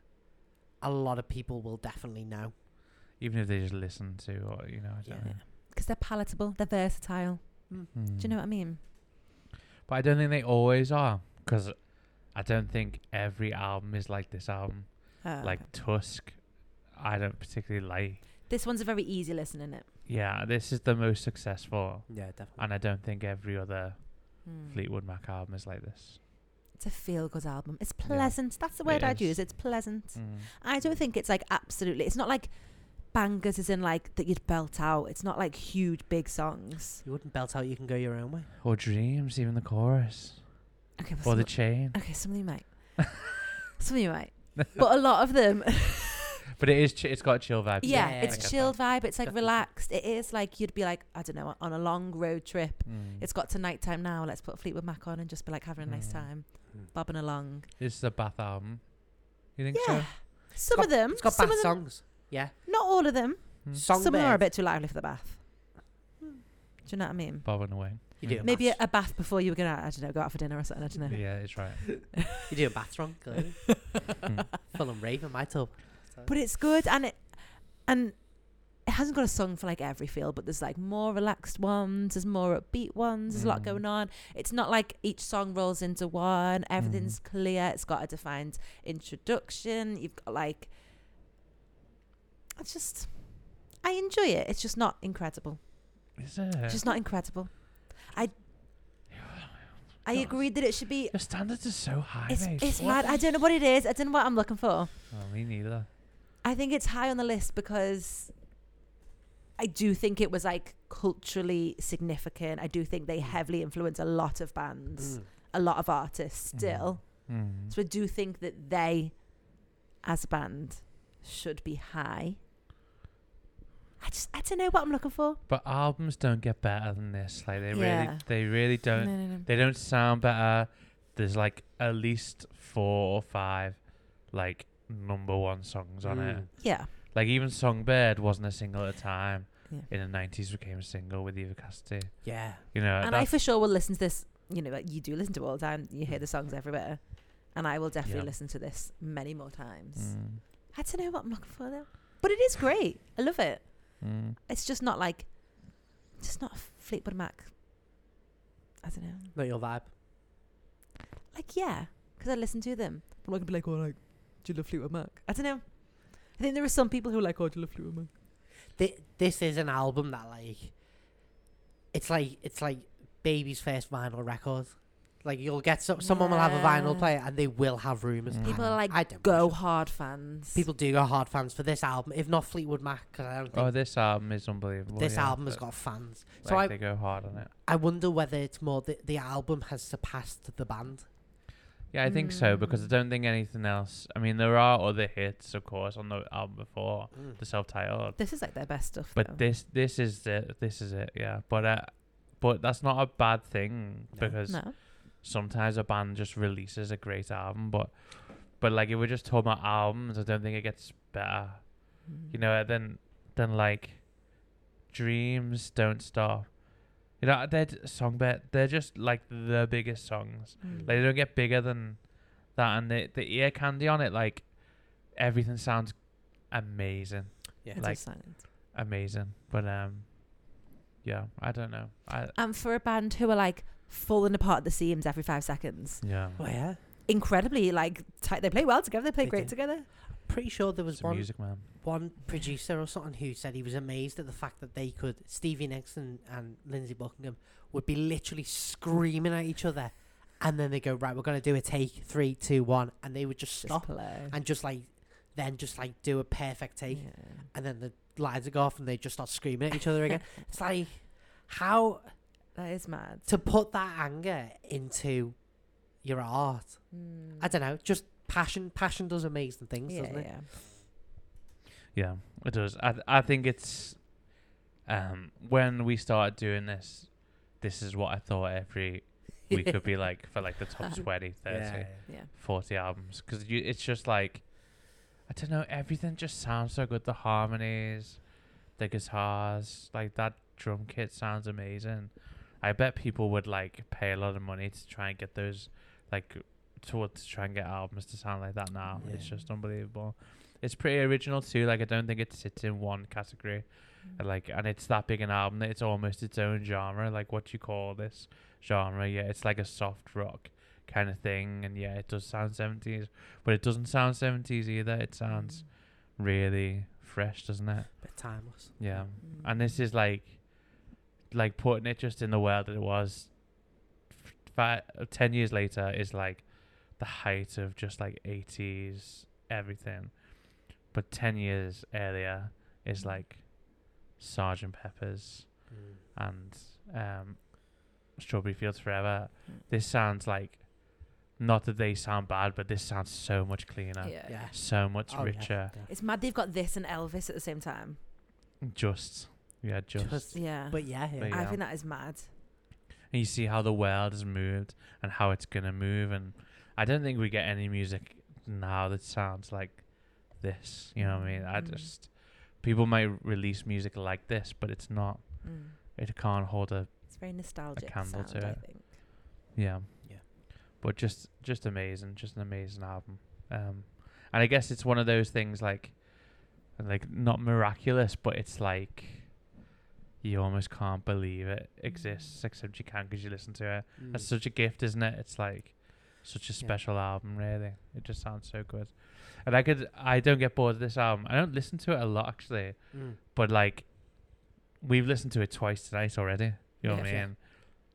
a lot of people will definitely know.
Even if they just listen to or you know, I don't
Yeah.
know.
Because they're palatable, they're versatile. Do you
Mm.
know what I mean?
But I don't think they always are, because I don't think every album is like this album.
Uh,
Like Tusk, I don't particularly like.
this one's a very easy listen, isn't it?
Yeah, this is the most successful,
Yeah, definitely.
and I don't think every other
Hmm.
Fleetwood Mac album is like this.
It's a feel-good album. It's
Yeah.
pleasant. That's the word
It
I'd
is.
use. It's pleasant.
Mm.
I don't think it's like absolutely. It's not like bangers, as in like that you'd belt out. It's not like huge, big songs.
You wouldn't belt out. You can go your own way.
Or Dreams, even the chorus,
Okay, well,
or
some,
the Chain.
okay, some of you might, some of you might, but a lot of them,
But it is, ch- it's got a chill vibe. to it.
yeah,
Yeah,
I get
it's
that.
chilled vibe. It's like
Definitely.
relaxed. It is like you'd be like, I don't know, on a long road trip.
Mm.
It's got to nighttime now. Let's put Fleetwood Mac on and just be like having a nice
Mm.
time,
Mm.
bobbing along.
This is a bath album. You think
Yeah,
so?
some of them,
It's got
some
bad
of them,
songs. Yeah.
not all of them.
Mm.
Song
some of them are a
beds.
bit too lively for the bath. Do you know what I mean?
Bobbing away.
You do.
Maybe a,
That's-
a bath before you were gonna, I don't know, go out for dinner or something. I don't know.
Mm. Yeah, it's right.
You do a bath wrong, clearly. Full and rave in my tub.
But it's good, and it and it hasn't got a song for like every feel, but there's like more relaxed ones, there's more upbeat ones, there's a lot
Mm.
going on. It's not like each song rolls into one. Everything's clear. It's got a defined introduction. You've got like, it's just, I enjoy it. It's just not incredible.
Is it?
It's just not incredible. I. I
Gosh.
agreed that it should be.
Your standards are so high,
It's,
babe.
it's
What
mad. I
is-
don't know what it is. I don't know what I'm looking for.
Oh, me neither.
I think it's high on the list because I do think it was like culturally significant. I do think they heavily influence a lot of bands,
Mm.
a lot of artists still.
Mm.
So I do think that they, as a band, should be high. I just I don't know what I'm looking for.
But albums don't get better than this. Like they really,
Yeah.
they really don't.
no, no.
They don't sound better. There's like at least four or five, like number one songs on it.
Mm.
Yeah.
Like even Songbird wasn't a single at a time.
Yeah.
In the '90s, became a single with Eva Cassidy.
Yeah.
You know,
and I
that's-
for sure will listen to this. You know, like you do listen to it all the time. You hear the songs everywhere, and I will definitely
Yeah.
listen to this many more times.
Mm.
I don't know what I'm looking for though. But it is great. I love it.
Mm.
It's just not like, it's just not Fleetwood Mac. I don't know.
Not your vibe.
Like yeah, because I listen to them. I'm not gonna be like, oh, like, do you love Fleetwood Mac? I don't know. I think there are some people who are like, oh, do you love Fleetwood Mac?
Thi- this is an album that like it's like it's like baby's first vinyl record. Like you'll get so- someone will have a vinyl
Yeah.
player and they will have rumors.
Mm.
People are like,
I don't
go
push
hard fans.
it. People do go hard fans for this album, if not Fleetwood Mac, because I don't think
Oh, this album is unbelievable.
this
Oh, yeah,
album has
but,
got fans.
Like,
So I
they go hard on it.
I wonder whether it's more the the album has surpassed the band.
Yeah, I think so because I
Mm.
don't think anything else. I mean, there are other hits, of course, on the album before the self-titled,
This is like their best stuff.
but
though.
this this is the this is it. Yeah, but uh, but that's not a bad thing
No.
because
no,
sometimes a band just releases a great album, but but like if we're just talking about albums, I don't think it gets better. You know, then then like dreams don't stop. You know, they're d- song bet. They're just like the biggest songs.
Mm.
Like they don't get bigger than that, and the the ear candy on it, like everything sounds amazing,
Yeah.
It's all
like-
silent.
amazing. But um, yeah, I don't know. I
And for a band who are like falling apart at the seams every five seconds,
yeah,
Oh yeah.
incredibly like tight. They play well together. They play
They
great
do.
together.
Pretty sure there was
it's a
one
music man.
one producer or something who said he was amazed at the fact that they could Stevie Nicks and, and Lindsay Buckingham would be literally screaming at each other and then they go, Right, we're gonna do a take, three, two, one and they would just
Just
stop
play.
and just like then just like do a perfect take
Yeah.
and then the lights would go off and they just start screaming at each other again. It's like how
That is mad.
to put that anger into your art. I don't know, just passion passion does amazing things,
Mm. Yeah,
doesn't it?
yeah.
Yeah, it does. I I think it's um when we started doing this, this is what I thought every we could be like for like the top 20, 30, 40 albums because it's just like I don't know. Everything just sounds so good. The harmonies, the guitars, like that drum kit sounds amazing. I bet people would like pay a lot of money to try and get those, like, to to try and get albums to sound like that. Now it's
Yeah.
just unbelievable. It's pretty original too. Like I don't think it sits in one category. And, Like and it's that big an album that it's almost its own genre. Like what do you call this genre? Yeah, it's like a soft rock kind of thing. And yeah, it does sound seventies, but it doesn't sound seventies either. It
Mm.
sounds really fresh, doesn't it?
Bit timeless.
Yeah.
Mm.
And this is like, like putting it just in the world that it was. f- Five, ten years later is like the height of just like eighties everything, but ten years earlier is like Sergeant Pepper's and um, Strawberry Fields Forever.
Hmm.
Mm.
This sounds like, not that they sound bad, but this sounds so much cleaner,
Yeah.
Yeah.
so much
Oh, yeah,
richer.
yeah.
It's mad they've got this and Elvis at the same time.
Just yeah, just,
Just-
Yeah.
But yeah, yeah.
But
I
yeah.
think that is mad.
and you see how the world has moved and how it's gonna move. And I don't think we get any music now that sounds like this. You know what I mean? I
Mm.
just people might release music like this, but it's not.
Mm.
It can't hold a
It's very nostalgic
candle
sound,
to
I
it.
think.
Yeah.
Yeah.
But just just amazing, just an amazing album. Um and I guess it's one of those things like like not miraculous, but it's like you almost can't believe it exists except you can because you listen to it. That's such a gift, isn't it? It's like such a
Mm. Yeah.
special album, really. It just sounds so good. And I could I don't get bored of this album. I don't listen to it a lot actually,
Mm.
but like we've listened to it twice tonight already. You know what I
Yes,
mean?
yeah.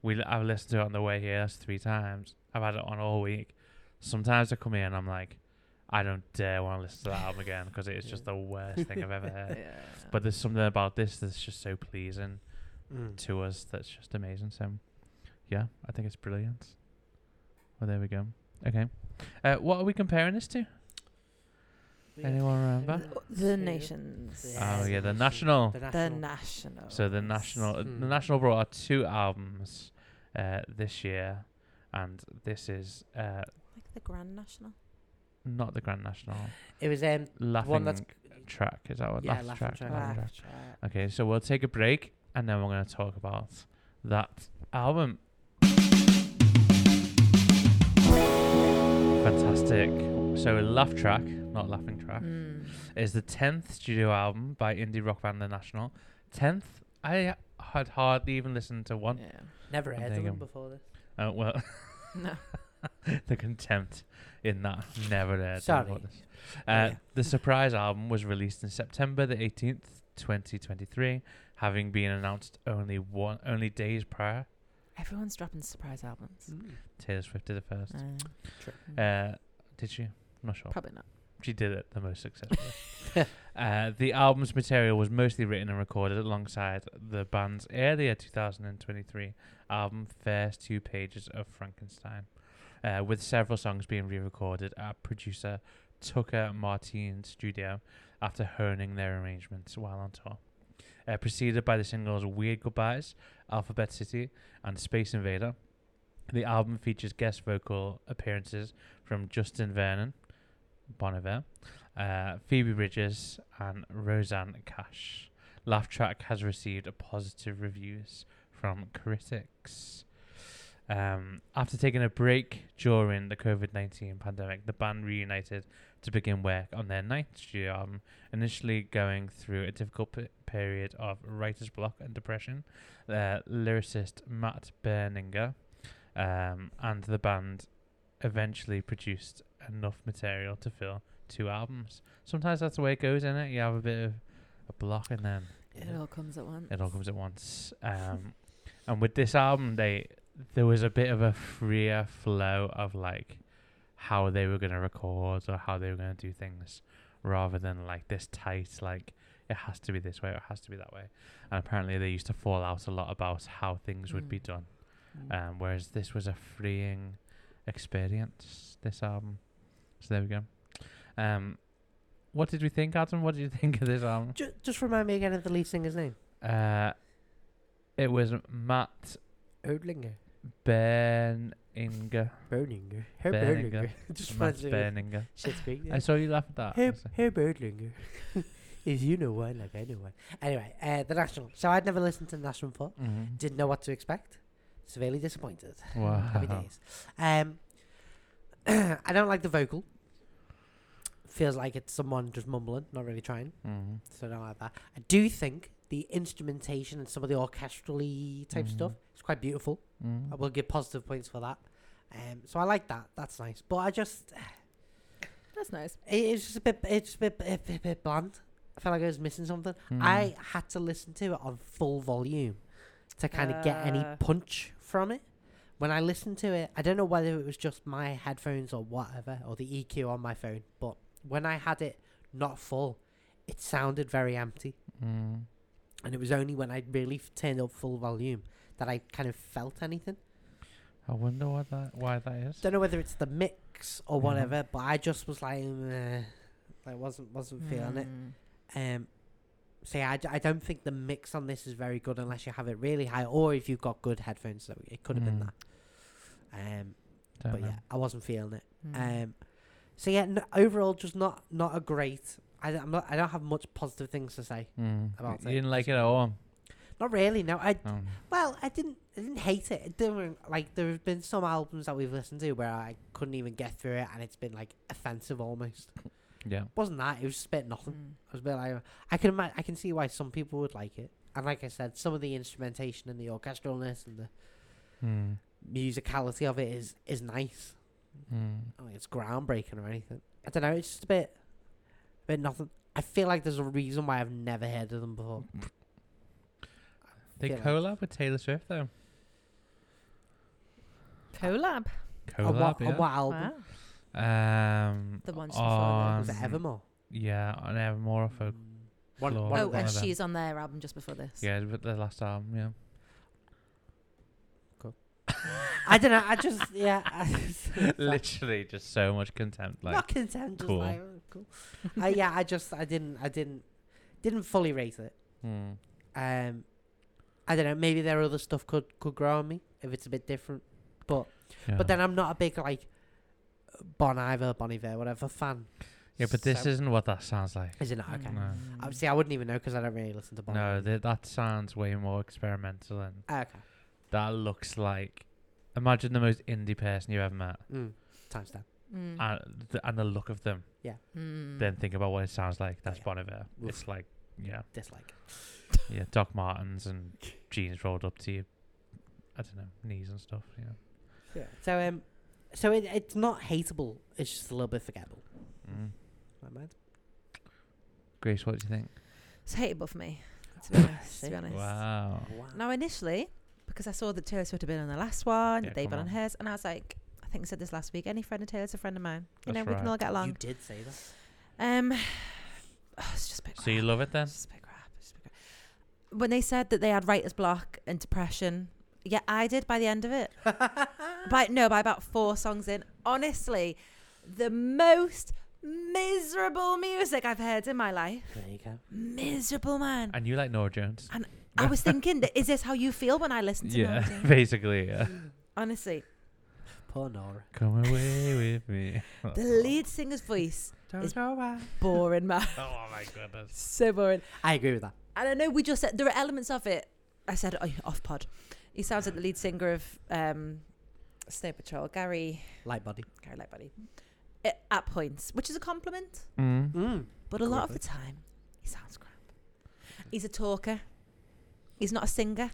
We l- I've listened to it on the way here. That's three times. I've had it on all week. Sometimes I come here and I'm like, I don't dare want to listen to that album again because it is just
Yeah.
the worst thing I've ever heard.
Yeah.
But there's something about this that's just so pleasing
Mm.
to us that's just amazing. So, yeah, I think it's brilliant. Well, there we go. Okay. Uh, what are we comparing this to? Anyone remember?
the nations.
Yeah.
Oh, yeah, The
National.
National.
The
The
national.
national.
So the national, uh, the
Hmm.
national brought out two albums uh, this year, and this is uh,
Like the grand national.
not the Grand National.
it was um
Laughing
one that's
track is that what?
yeah,
Laugh
laughing
track,
track.
laughing track. Okay, so we'll take a break, and then we're going to talk about that album. Fantastic. So, Laugh Track, not Laughing Track,
Mm.
is the 10th studio album by indie rock band The National. 10th? I had hardly even listened to one.
Yeah.
Never
I'm
heard of
thinking-
them before this.
Uh, well,
No.
the contempt in that. Never heard
Sorry.
about this. Uh,
Yeah.
The surprise album was released in September the 18th, 2023, having been announced only one only days prior.
Everyone's dropping surprise albums.
Taylor Swift did it first.
Uh,
Uh, did she? I'm not sure.
Probably not.
She did it the most successfully. uh, the album's material was mostly written and recorded alongside the band's earlier 2023 album, First Two Pages of Frankenstein, uh, with several songs being re recorded at producer Tucker Martin's studio after honing their arrangements while on tour. Uh, preceded by the singles Weird Goodbyes, Alphabet City, and Space Invader, the album features guest vocal appearances from Justin Vernon, Bon Iver, uh, Phoebe Bridges, and Roseanne Cash. Laugh Track has received positive reviews from critics. Um, after taking a break during the COVID 19 pandemic, the band reunited to begin work on their ninth studio album, initially going through a difficult p- period of writer's block and depression. Uh, lyricist Matt Berninger um, and the band eventually produced enough material to fill two albums. Sometimes that's the way it goes, isn't it? You have a bit of a block and then
It all comes at once.
it all comes at once. Um, and with this album, they there was a bit of a freer flow of like how they were gonna record or how they were gonna do things, rather than like this tight like it has to be this way or it has to be that way. And apparently, they used to fall out a lot about how things would be
Mm.
done. Um, whereas this was a freeing experience. This album. So there we go. Um, what did we think, Adam? What did you think of this album?
Ju- just remind me again of the lead singer's name.
Uh, it was Matt
Odlinger.
Berninger.
Berninger. Herr
Berninger.
Berninger. just
Matt
reminds me of
Berninger.
Shakespeare.
I saw you laugh at that.
Herr,
That's it.
Herr Berlinger. if you know one, like I know one. Anyway, uh, The National. So I'd never listened to The National before.
Mhm.
Didn't know what to expect. Severely disappointed. Happy
Wow.
days. Um, I don't like the vocal. Feels like it's someone just mumbling, not really trying.
Mhm.
So I don't like that. I do think the instrumentation and some of the orchestral type
Mhm.
stuff is quite beautiful.
Mhm.
I will give positive points for that. Um, so I like that. That's nice. But I just
That's nice.
it, it's just a bit it's just a bit, bit, bit, bit bland. I felt like I was missing something. I had to listen to it on full volume to kind of get any
Uh.
punch from it. When I listened to it, I don't know whether it was just my headphones or whatever, or the EQ on my phone, but when I had it not full, it sounded very empty.
Mm.
And it was only when I really f- turned up full volume that I kind of felt anything.
I wonder what that why that is.
Don't know whether it's the mix or
Mhm.
whatever, but I just was like, "Meh." like wasn't wasn't feeling it.
Mm.
Um, so yeah, I, d- I don't think the mix on this is very good unless you have it really high or if you've got good headphones. So it could have been
Mm.
that. Um,
Don't
but
know.
yeah, I wasn't feeling it.
Mm.
Um, so yeah, n overall, just not not a great. I, am not. I don't have much positive things to say.
Mm.
about
you
it.
didn't like it at all.
Not really. No, I
Um,
well, I didn't. I didn't hate it. It didn't like there have been some albums that we've listened to where I couldn't even get through it, and it's been like offensive almost.
yeah.
Wasn't that? It was just a bit nothing.
Mm.
I was a bit like, I can ima- I can see why some people would like it, and like I said, some of the instrumentation and the orchestralness and the
Mm.
musicality of it is is nice.
Mm.
I mean, it's groundbreaking or anything. I don't know. It's just a bit, a bit nothing. I feel like there's a reason why I've never heard of them before.
They
feel like-
collab with Taylor Swift though.
Collab.
On
Collab,
what, on
yeah.
what album?
Wow.
Um,
The ones before that.
on,
Was it Evermore?
Yeah, on Evermore. For,
Mm. One,
Lord.
one
Oh,
of them.
and
them.
she's on their album just before this.
yeah, but the last album. Yeah.
I don't know. I just yeah. I,
Literally, just so much contempt. Like,
not content. Just
cool.
like oh, cool. uh, yeah, I just I didn't I didn't didn't fully rate it.
mm.
Um, I don't know. Maybe their other stuff could could grow on me if it's a bit different.
yeah.
But then I'm not a big like Bon Iver, Bon Iver, whatever fan.
Yeah, but this
So-
isn't what that sounds like.
is it
Ah,
not okay.
No.
Obviously, I wouldn't even know because I don't really listen to Bon.
No,
Iver.
th- that sounds way more experimental, and
okay.
that looks like. Imagine the most indie person you ever met.
Mm. Times that.
Mm.
and, the, and the look of them,
Mm.
Ah, then think about what it sounds like. That's
Yeah.
Bon Iver.
Oof.
It's like, yeah,
Dislike.
yeah, Doc Martens and jeans rolled up to your, I don't know, knees and stuff. Yeah.
Yeah. So um, so it, it's not hateable. It's just a little bit forgettable.
Mm.
My mind.
Grace, what do you think?
It's hateable for me, to be honest. to
see.
be honest.
Wow.
Wow.
Now, initially, because I saw that Taylor Swift had been on the last one,
Yeah,
they've been
come
on
on.
hers, and I was like, I think I said this last week. Any friend of Taylor's a friend of mine. You
That's
know, we
right.
can all get
You
along.
did say that.
Um, it's just a bit
So you
crap.
love it then?
It's just a bit crap. It's just a bit crap. When they said that they had writer's block and depression, yeah, I did by the end of it. by no, by about four songs in. Honestly, the most miserable music I've heard in my life.
There you go.
Miserable man.
And you like Nora Jones?
And I was thinking, that, is this how you feel when I listen to
yeah,
Nora Jones? Mm.
basically, yeah.
Honestly,
Poor Nora.
Come away with me.
Oh,
the lead singer's voice, It's- boring man,
Oh my goodness.
so boring.
I agree with that.
And I know we just said there are elements of it. I said oh, off pod. He sounds like the lead singer of um, Snow Patrol, Gary
Light body.
Gary Lightbody, at, at points, which is a compliment.
Mm.
Mm.
But a lot of the
Correct.
time, he sounds crap. He's a talker. He's not a singer.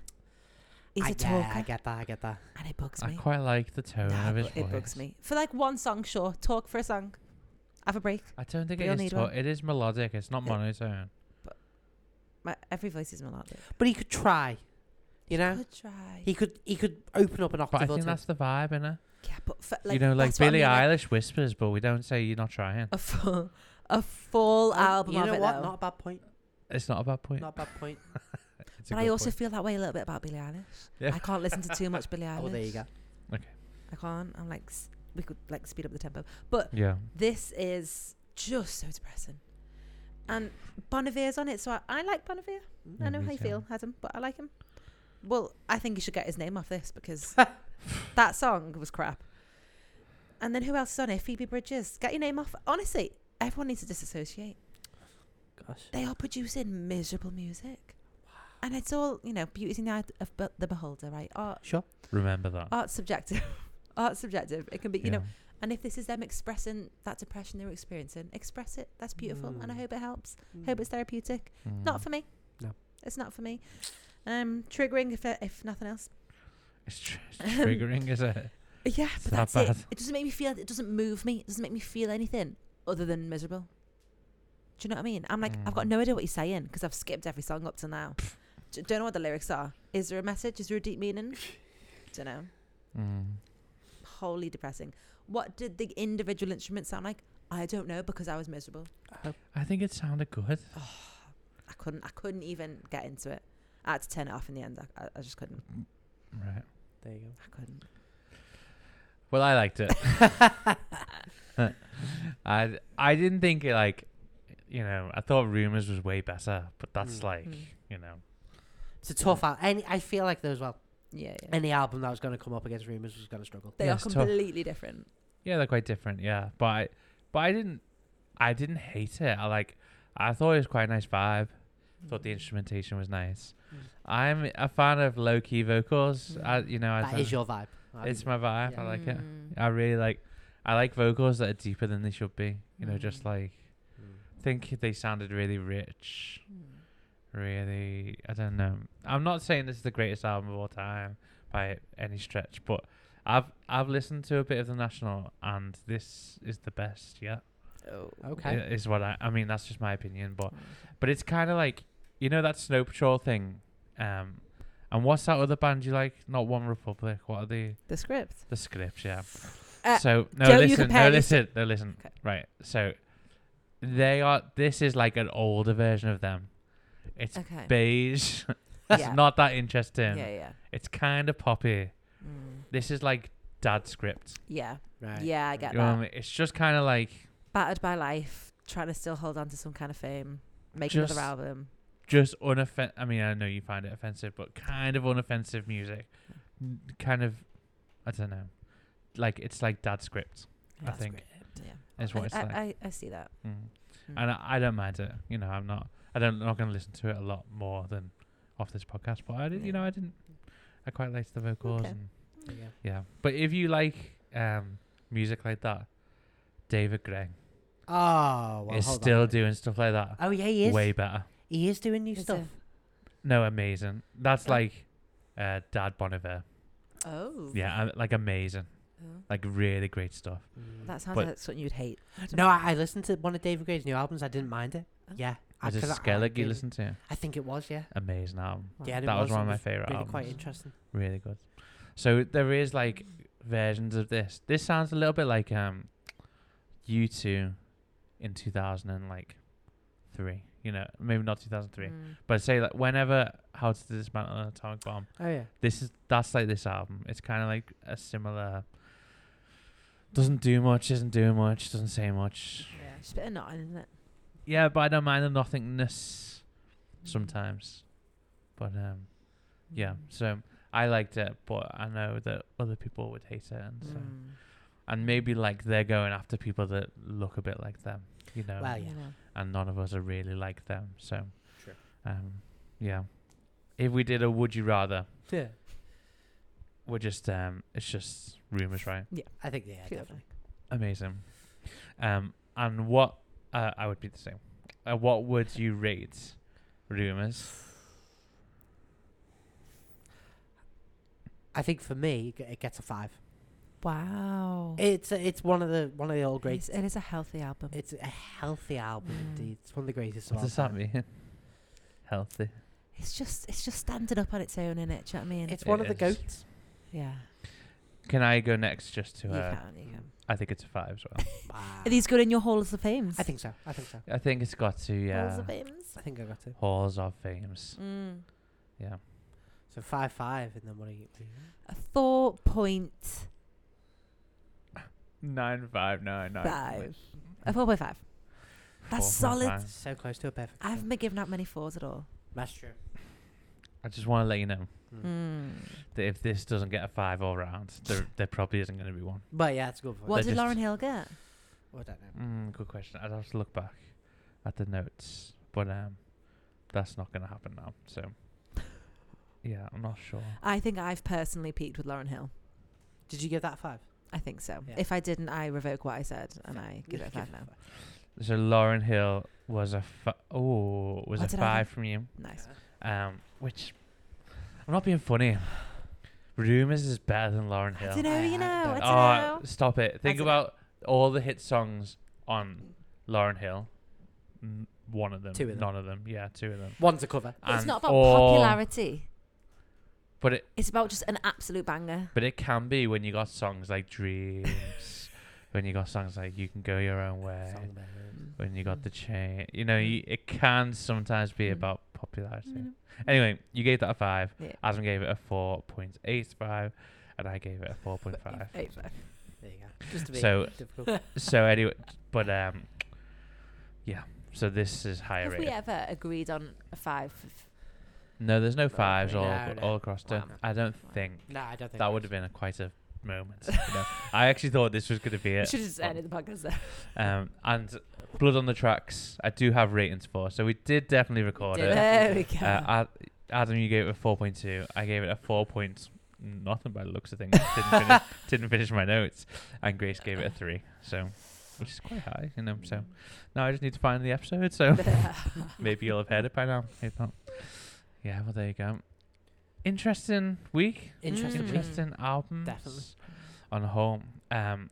He's
I
a
get, I
talker,
get that. I get that.
and it bugs
I
me.
quite like the tone
Nah,
of
bu-
his
it
voice.
bugs me. For like one song, sure. Talk for a song. Have a break.
I don't think
We
it
all
is.
need
to-
one.
It is melodic. It's not
Yeah.
monotone.
My, every voice is melodic.
But he could try. You know,
Could try.
he could he could open up an
But I
octave or
think
two.
that's the vibe, innit?
yeah, but for, like,
you know, like
that's what I
Billie
mean,
Eilish whispers, but we don't say you're not trying.
a full, a full album
You
of
know
it
what?
though.
Not a bad point.
It's not a bad point.
Not a bad point.
It's a
but I
good
also
point.
feel that way a little bit about Billie Eilish.
Yeah.
I can't listen to too much Billie Eilish.
oh, there you go.
I can't. I'm like, s- we could like speed up the tempo, but
yeah.
this is just so depressing. And Bon Iver's on it, so I, I like Bon Iver. I know
me
how you
too.
feel, Adam, but I like him. Well, I think you should get his name off this because that song was crap. And then who else is on it? Phoebe Bridges. Get your name off. Honestly, everyone needs to disassociate.
Gosh.
They are producing miserable music. And it's all, you know, beauty's in the eye of be- the beholder, right? Art,
Sure.
Remember that.
art's subjective. art's subjective. It can be, Oh, you know,
Yeah.
and if this is them expressing that depression they were experiencing, express it. That's beautiful, and I
Mm.
hope it helps. Hope it's therapeutic. Not
Mm.
for me.
No.
it's not for me. Um, triggering if if nothing else.
It's, tr- it's triggering, is it?
Yeah,
It's
but
that
that's it.
bad.
It doesn't make me feel. It doesn't move me. It doesn't make me feel anything other than miserable. Do you know what I mean? I'm like, I've got
Mm.
no idea what he's saying because I've skipped every song up to now. D- Don't know what the lyrics are. Is there a message? Is there a deep meaning? Don't know.
Mm.
Wholly depressing. What did the individual instruments sound like? I don't know because I was miserable.
I think it sounded good.
I couldn't. I couldn't even get into it. I had to turn it off in the end. I, I, I just couldn't.
Right.
There you
I couldn't.
Well, I liked it. I I didn't think it like, you know, I thought rumors was way better, but that's
Mm.
like,
Mm.
you know,
go. It's a tough album. Any, I feel like though as well.
Yeah, yeah.
Any album that was going to come up against Rumors was going to struggle.
they
Yeah,
are
it's tough.
completely different.
yeah, they're quite different. Yeah, but I, but I didn't, I didn't hate it. I like, I thought it was quite a nice vibe. Thought
Mm.
the instrumentation was nice.
Mm.
I'm a fan of low key vocals.
Mm.
I, you know, I
That
don't-
is your vibe.
It's my vibe.
Yeah.
I like it.
Mm.
I really like. I like vocals that are deeper than they should be. You know, just
Mm.
like think they sounded really rich. Really, I don't know. I'm not saying this is the greatest album of all time by any stretch, but I've I've listened to a bit of the National, and this is the best yet.
Oh.
Okay.
i- Is what I. I mean, that's just my opinion, but but it's kind of like you know that Snow Patrol thing. Um, and what's that other band you like? Not One Republic. What are they?
The script.
The scripts, yeah.
Uh,
so no,
don't you
listen, no,
compare this to-
listen, no, listen.
Okay.
Right, so they are. This is like an older version of them. It's
Okay.
beige. it's
Yeah.
not that interesting.
yeah, yeah.
It's kind of poppy.
Mm.
This is like dad script.
Yeah,
Right.
yeah. I get
You know what I
that.
mean? It's just kind of like
Battered by life, trying to still hold on to some kind of fame, make
Just-
another album.
just unoffensive. I mean, I know you find it offensive, but kind of unoffensive music.
Hmm.
N- Kind of, I don't know. Like it's like dad script. I
That's
think
great. Yeah.
is what it's
I,
like.
I, I see that.
Mm.
Hmm.
Mm.
And I, I don't mind it. You know, I'm not. I don't. Not going to listen to it a lot more than off this podcast. But I did. not You
Yeah.
know, I didn't. I quite liked the vocals.
Okay.
And
There you go.
yeah, but if you like um music like that, David Gray
Oh, well,
is
hold on.
still doing stuff like that.
Oh yeah, he is.
Way better.
He is doing new
Is
stuff.
No, amazing. That's
Oh.
like uh, Dad Boniver.
Oh.
Yeah, uh, like amazing.
Oh.
Like really great stuff.
Mm.
That sounds
But-
like something you'd hate.
No, I, I listened to one of David Gray's new albums. I didn't mind it.
Oh.
Yeah,
Is it
because
Skellig you
really-
listened to?
I think it was. Yeah,
Amazing album.
yeah, and it
That was one of
it
my favourite
Really quite
albums.
interesting.
Really good. So there is like versions of this. This sounds a little bit like um U2 in 2000 and like 3. You know, maybe not 2003.
Mm.
But I'd say like whenever How to Dismantle an Atomic Bomb,
Oh yeah.
this is that's like this album. It's kind of like a similar doesn't do much, isn't doing much, doesn't say much.
Yeah. It's a bit annoying, isn't it?
Yeah, but I don't mind the nothingness sometimes. But um yeah,
Mm.
so I liked it, but I know that other people would hate it, and so
Mm.
and maybe like they're going after people that look a bit like them, you know,
Well, yeah.
You know.
and none of us are really like them. So,
True.
um, yeah, if we did a would you rather,
Yeah.
we're just um, it's just rumors, right?
I think yeah,
Feel
definitely.
Amazing. Um, and what uh, I would be the same. Uh, what would you rate rumors?
I think for me, it g- it gets a five.
Wow.
It's a- it's one of the one of the old
It is-
greats.
It is a healthy album.
It's a healthy album
Mm.
indeed. It's one of the greatest. of
What
all
does that
time.
mean? Healthy.
It's just it's just standing up on its own, innit? Do you know what I mean?
It's one
It
of the
is.
goats.
yeah.
Can I go next? Just
You
to uh,
can, you can.
I think it's a five as well.
Wow.
Are these good in your halls of fames?
I think so. I think so.
I think it's got to
Halls
yeah.
of fames.
I think I got it.
Halls of Fames.
Mm.
Yeah.
So five five, and then what do you?
A four point
Nine five nine nine.
five. A four point five. That's solid.
So close to a perfect.
I haven't been given out many fours at all.
That's true.
I just want to let you know
Mm.
Mm.
that if this doesn't get a five all round, there there probably isn't going to be one.
But yeah, it's a good point.
What
They're
did
just-
Lauren Hill get?
I don't know.
Mm, good question. I'd have to look back at the notes, but um, that's not going to happen now. So, yeah, I'm not sure.
I think I've personally peaked with Lauren Hill.
Did you give that a five?
I think so.
Yeah.
If I didn't, I revoke what I said and I give it a five now.
So Lauren Hill was a fi- oh was
What
a
did I
five
think?
from you,
Nice.
um, which I'm not being funny. Rumors is better than Lauren
I
Hill.
don't know,
I-
you
I
know. I
don't-
don't
Oh,
know.
stop it. Think
dunno.
about all the hit songs on Lauren Hill. N- One of them.
Two of them.
None of them. Yeah, two of them.
One's a cover.
But it's
And
not about
all-
popularity.
But it
It's about just an absolute banger.
but it can be when you got songs like Dreams, when you got songs like You Can Go Your Own Way,
Song there.
when you got The Chain. You know, you, it can sometimes be
Mm.
about popularity.
Mm.
Anyway, you gave that a 5.
Yeah.
Adam gave it a 4.85 and I gave it a 4.5.
Eight five.
There you go. Just to be
So-
difficult.
so anyway, but um yeah. So this is higher
Have we
rated.
ever agreed on a five?
No, there's no fives all,
No, no.
all across. the-
Wow.
I don't
Wow.
think
no, I don't think
that would have been a quite a moment. you know. I actually thought this was going to be
We
it.
should have just
Um,
ended the podcast there.
Um, and blood on the tracks. I do have ratings for, so we did definitely record
did.
it.
There we
definitely.
go.
Uh, Ad- Adam, you gave it a four point two. I gave it a four point nothing by the looks of things. didn't finish, didn't finish my notes, and Grace gave it a three. So, which is quite high, you know.
Mm.
So now I just need to find the episode. So. Maybe you'll have heard it by now. If not, yeah. Well, there you go. Interesting week.
interesting.
Mm.
week.
Interesting album.
Definitely.
On the whole, um,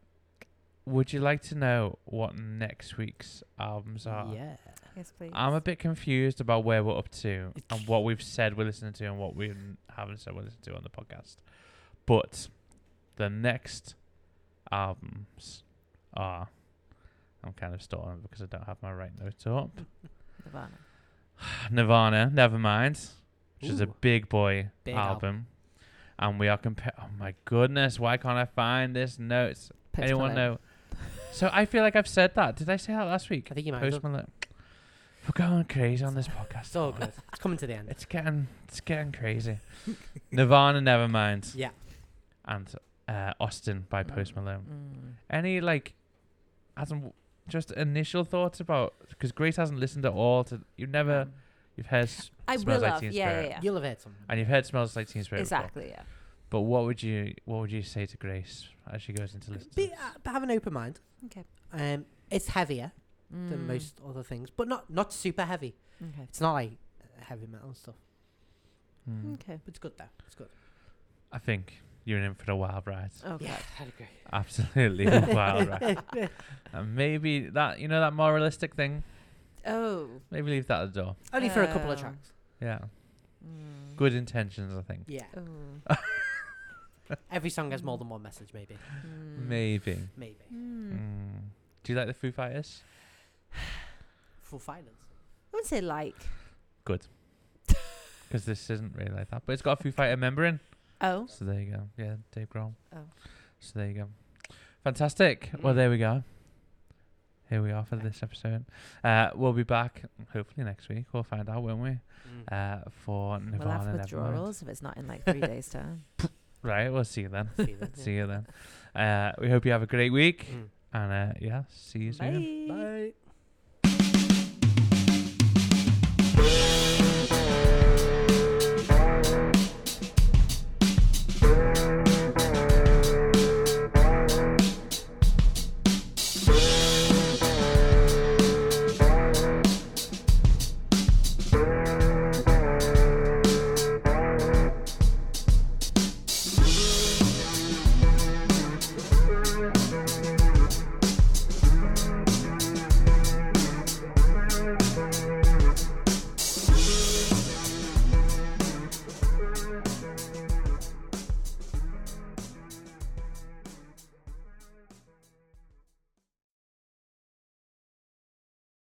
would you like to know what next week's albums are?
Yeah.
yes, please.
I'm a bit confused about where we're up to and what we've said we're listening to and what we n- haven't said we're listening to on the podcast. But the next albums are. I'm kind of stalling because I don't have my right note up.
Nirvana.
Nirvana, Nevermind, which is a
Ooh.
big boy
Big
album. And we are compare. Oh my goodness, why can't I find this notes?
Post
Anyone
Malone.
know? so I feel like I've said that. Did I say that last week?
I think you might.
Post
Have done.
Malone. We're going crazy on this podcast.
It's all good. It's coming to the end.
It's getting it's getting crazy. Nirvana, Nevermind,
Yeah.
and uh, Austin by Post Malone.
Mm.
Any like, Adam, w- just initial thoughts about because Grace hasn't listened at all to. You've never
Mm.
you've heard. s-
I
Smells
will
Like
have.
Teen
Yeah,
Spirit.
yeah, yeah.
You'll have heard something.
And you've heard smells like Teen Spirit. before.
Exactly, yeah.
But what would you what would you say to Grace as she goes into listening?
Be, uh, have an open mind.
Okay.
Um, it's heavier
Mm.
than most other things, but not not super heavy.
Okay.
It's not like uh, heavy metal and stuff.
Hmm.
Okay.
But it's good though. It's good.
I think you're in for a wild ride.
Okay.
I'd agree.
Absolutely a wild ride. And maybe that you know that moralistic thing.
Oh.
Maybe leave that at the door.
Only for a couple of
Um,
tracks.
Yeah.
Mm.
Good intentions, I think.
Yeah.
Oh.
Every song has more than one message, maybe.
Mm.
Maybe.
Maybe.
Mm.
Mm. Do you like the Foo Fighters?
Full Fighters.
I would say like.
Because this isn't really like that, but it's got a Foo Fighter member in.
Oh.
So there you go. Yeah, Dave Grohl.
Oh.
So there you go. Fantastic. Well,
Mm.
there we go. Here we are for this episode. Uh, we'll be back hopefully next week. We'll find out, won't we? Uh, for Nirvana.
We'll have
Nevermind.
withdrawals if it's not in like three days' time.
Right. We'll see you then.
See you then.
see you then. Uh, we hope you have a great week,
Mm.
and uh, yeah, see you soon.
Bye.
Bye.